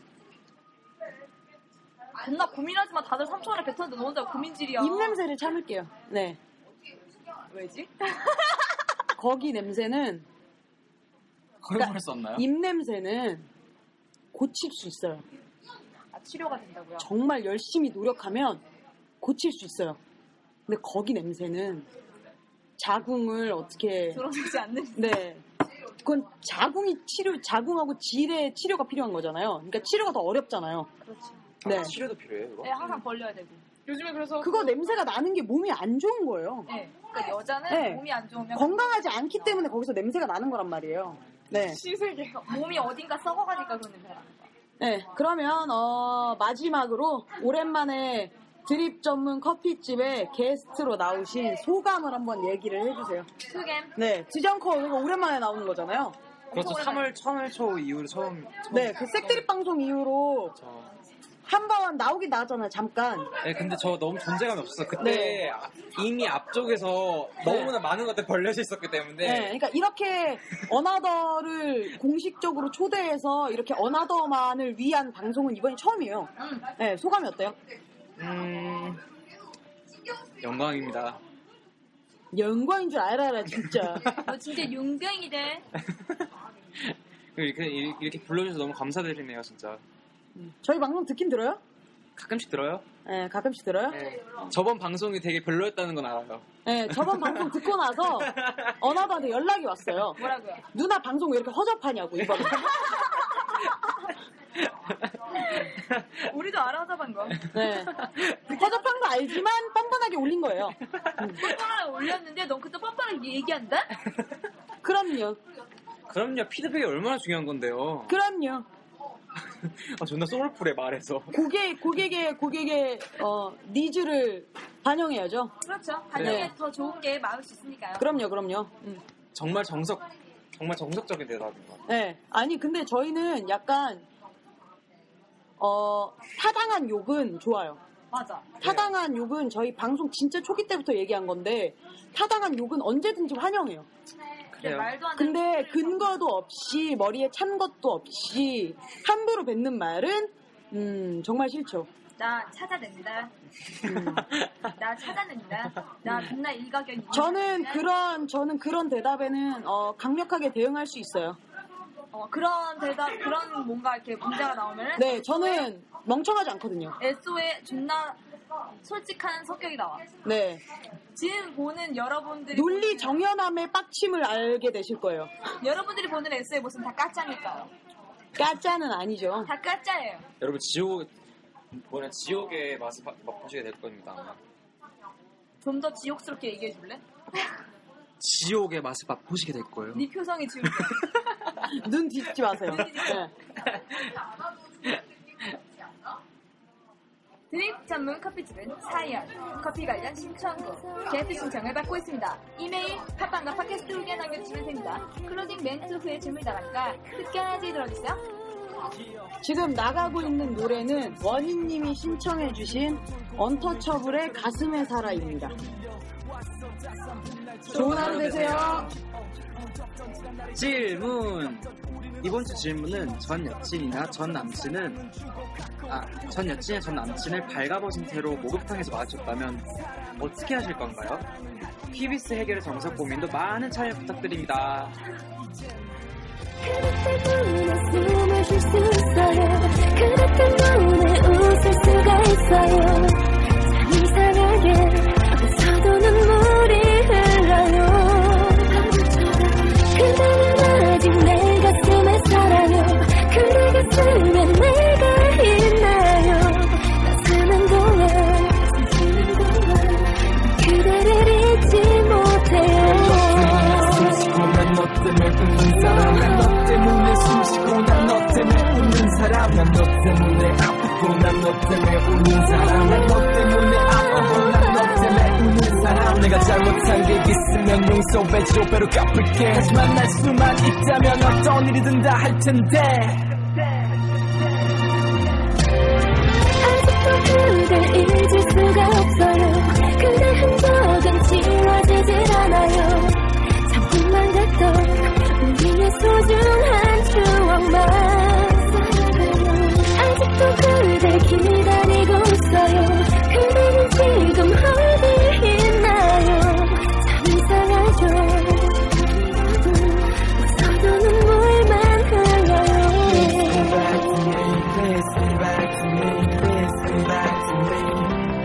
Speaker 4: 겁나 고민하지 마. 다들 3초 안에 뱉었는데 너 혼자 고민질이야.
Speaker 3: 입냄새를 참을게요. 네.
Speaker 4: 왜지?
Speaker 3: 거기 냄새는,
Speaker 8: 허용할 수 없나요?
Speaker 3: 입냄새는 고칠 수 있어요.
Speaker 4: 아, 치료가 된다고요.
Speaker 3: 정말 열심히 노력하면 고칠 수 있어요. 근데 거기 냄새는 자궁을 어떻게,
Speaker 4: 들어주지 않는
Speaker 3: 네. 그건 자궁이 치료, 자궁하고 질의 치료가 필요한 거잖아요. 그러니까 치료가 더 어렵잖아요.
Speaker 4: 그렇지.
Speaker 3: 네.
Speaker 8: 아, 치료도 필요해요 그거?
Speaker 4: 애 네, 항상 벌려야 되고.
Speaker 5: 요즘에 그래서
Speaker 3: 그거 냄새가 나는 게 몸이 안 좋은 거예요.
Speaker 4: 네. 그러니까 여자는
Speaker 3: 네.
Speaker 4: 몸이 안 좋으면
Speaker 3: 건강하지 않기 때문에 거기서 냄새가 나는 거란 말이에요. 네.
Speaker 5: 시세계.
Speaker 4: 몸이 어딘가 썩어가니까 그런 냄새가 나는 거야.
Speaker 3: 네. 그러면, 어, 마지막으로 오랜만에 드립 전문 커피집에 게스트로 나오신 소감을 한번 얘기를 해주세요.
Speaker 4: 투겜.
Speaker 3: 네. 지정커 이거 오랜만에 나오는 거잖아요.
Speaker 8: 그렇죠 3월 3월 초 이후로 처음 처음
Speaker 3: 네. 그 색드립 방송 이후로
Speaker 8: 저...
Speaker 3: 한 번 나오긴 나왔잖아요. 잠깐.
Speaker 8: 네, 근데 저 너무 존재감이 없었어. 그때
Speaker 3: 네.
Speaker 8: 아, 이미 앞쪽에서 너무나 많은 것들 벌려져 있었기 때문에.
Speaker 3: 네, 그러니까 이렇게 어나더를 공식적으로 초대해서 이렇게 어나더만을 위한 방송은 이번이 처음이에요. 네, 소감이 어때요?
Speaker 8: 음, 영광입니다.
Speaker 3: 영광인 줄 알아라 진짜.
Speaker 4: 너 진짜 용병이 돼.
Speaker 8: 그리고 이렇게, 이렇게 불러주셔서 너무 감사드리네요, 진짜.
Speaker 3: 저희 방송 듣긴 들어요?
Speaker 8: 가끔씩 들어요?
Speaker 3: 네, 가끔씩 들어요.
Speaker 8: 네. 저번 방송이 되게 별로였다는 건 알아요.
Speaker 3: 네, 저번 방송 듣고 나서 어나더한테 연락이 왔어요.
Speaker 4: 뭐라고요?
Speaker 3: 누나 방송 왜 이렇게 허접하냐고 이번에.
Speaker 4: 우리도 알아잡은 거.
Speaker 3: 네, 허접한 거 알지만 뻔뻔하게 올린 거예요.
Speaker 4: 뻔뻔하게 올렸는데 넌 그때 뻔뻔하게 얘기한다?
Speaker 3: 그럼요,
Speaker 8: 그럼요, 피드백이 얼마나 중요한 건데요.
Speaker 3: 그럼요.
Speaker 8: 아, 존나 소울풀해, 말해서.
Speaker 3: 고객 고객의 고객의 어, 니즈를 반영해야죠.
Speaker 4: 그렇죠. 반영에
Speaker 3: 네.
Speaker 4: 더 좋은 게 막을 수 있으니까요.
Speaker 3: 그럼요, 그럼요. 음.
Speaker 8: 정말 정석, 정말 정석적인 대답인 것 같아요.
Speaker 3: 네. 아니, 근데 저희는 약간, 어, 타당한 욕은 좋아요.
Speaker 4: 맞아.
Speaker 3: 타당한 욕은 저희 방송 진짜 초기 때부터 얘기한 건데, 타당한 욕은 언제든지 환영해요.
Speaker 4: 근데 말도 안 되는
Speaker 3: 근데 근거도 없이, 머리에 찬 것도 없이, 함부로 뱉는 말은, 음, 정말 싫죠.
Speaker 4: 나 찾아낸다.
Speaker 3: 음.
Speaker 4: 나 찾아낸다. 나 존나 일가견이.
Speaker 3: 저는 그런 저는 그런 대답에는 어, 강력하게 대응할 수 있어요.
Speaker 4: 어, 그런 대답, 그런 뭔가 이렇게 문제가 나오면은
Speaker 3: 네, 저는 멍청하지 않거든요.
Speaker 4: SO에 존나 솔직한 성격이 나와.
Speaker 3: 네,
Speaker 4: 지금 보는 여러분들이
Speaker 3: 논리
Speaker 4: 보는-
Speaker 3: 정연함의 빡침을 알게 되실 거예요.
Speaker 4: 여러분들이 보는 S의 모습은 다 가짜니까요.
Speaker 3: 까짜는 아니죠.
Speaker 4: 다 가짜예요.
Speaker 8: 여러분 지옥 이번에 지옥의 맛을 바- 맛보시게 될 겁니다. 아마.
Speaker 4: 좀 더 지옥스럽게 얘기해 줄래?
Speaker 8: 지옥의 맛을 맛보시게 될 거예요.
Speaker 4: 네 표정이 지금
Speaker 3: 눈 뒤집지 마세요.
Speaker 4: 눈 뒤집지
Speaker 3: 네.
Speaker 4: 드립 전문 커피집은 사이언 커피 관련 신청구 게스트 신청을 받고 있습니다. 이메일 팟빵과 팟캐스트 후기에 남겨주시면 됩니다. 클로징 멘트 후에 질문 나가니까 끝까지 들어주세요.
Speaker 3: 지금 나가고 있는 노래는 원희님이 신청해주신 언터처블의 가슴에 살아입니다. 좋은 하루 되세요.
Speaker 7: 질문 이번 주 질문은 전 여친이나 전 남친은 아, 전 여친이나 전 남친을 발가벗은 채로 목욕탕에서 마주쳤다면 어떻게 하실 건가요? 퀴비스 해결의 정석 고민도 많은 참여 부탁드립니다.
Speaker 6: 그대 때문에 숨을 쉴 수 있어요 그대 때문에 웃을 수가 있어요 참 이상하게 웃어도 눈물이 흘러요 그대는 아직 내 가슴에 살아요 그대 가슴에 내가 있나요 나 사는 동안 나 사는 동안 그대를 잊지 못해요
Speaker 7: 난너 때문에 웃는 사람 난너 때문에 숨쉬고 난너 때문에 웃는 사람 난너 때문에 아프고 난너 때문에 웃는 사람 난너 때문에 아프고 난너 때문에 웃는 사람 내가 잘못한 게 있으면 용서해줘 배로 갚을게 하지만 날 수만 있다면 어떤 일이든 다 할 텐데
Speaker 6: 아직도 그댈 잊을 수가 없어요 그대 흔적은 지워지질 않아요 잠깐만 같던 우리의 소중한 추억만 아직도 그댈 기다리고 있어요 그대는 지금 어디 있나요 참 이상하죠 웃어도 눈물만 흘러요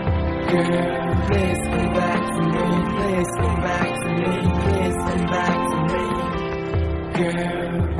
Speaker 7: Please come back to me, please come back to me, please come back to me. Girl, please come back to me, please come back to me, please come back to me. Girl, please come back to me, please come back to me, please come back to me. Girl, please come back to me, please come back to me, please come back to me. Girl, please come back to me, please come back to me, please come back to me. Girl, please come back to me, please come back to me, please come back to me. Girl, please come back to me, please come back to me, please come back to me. Girl, please come back to me, please come back to me, please come back to me. Girl, please come back to me, please come back to me, please come back to me.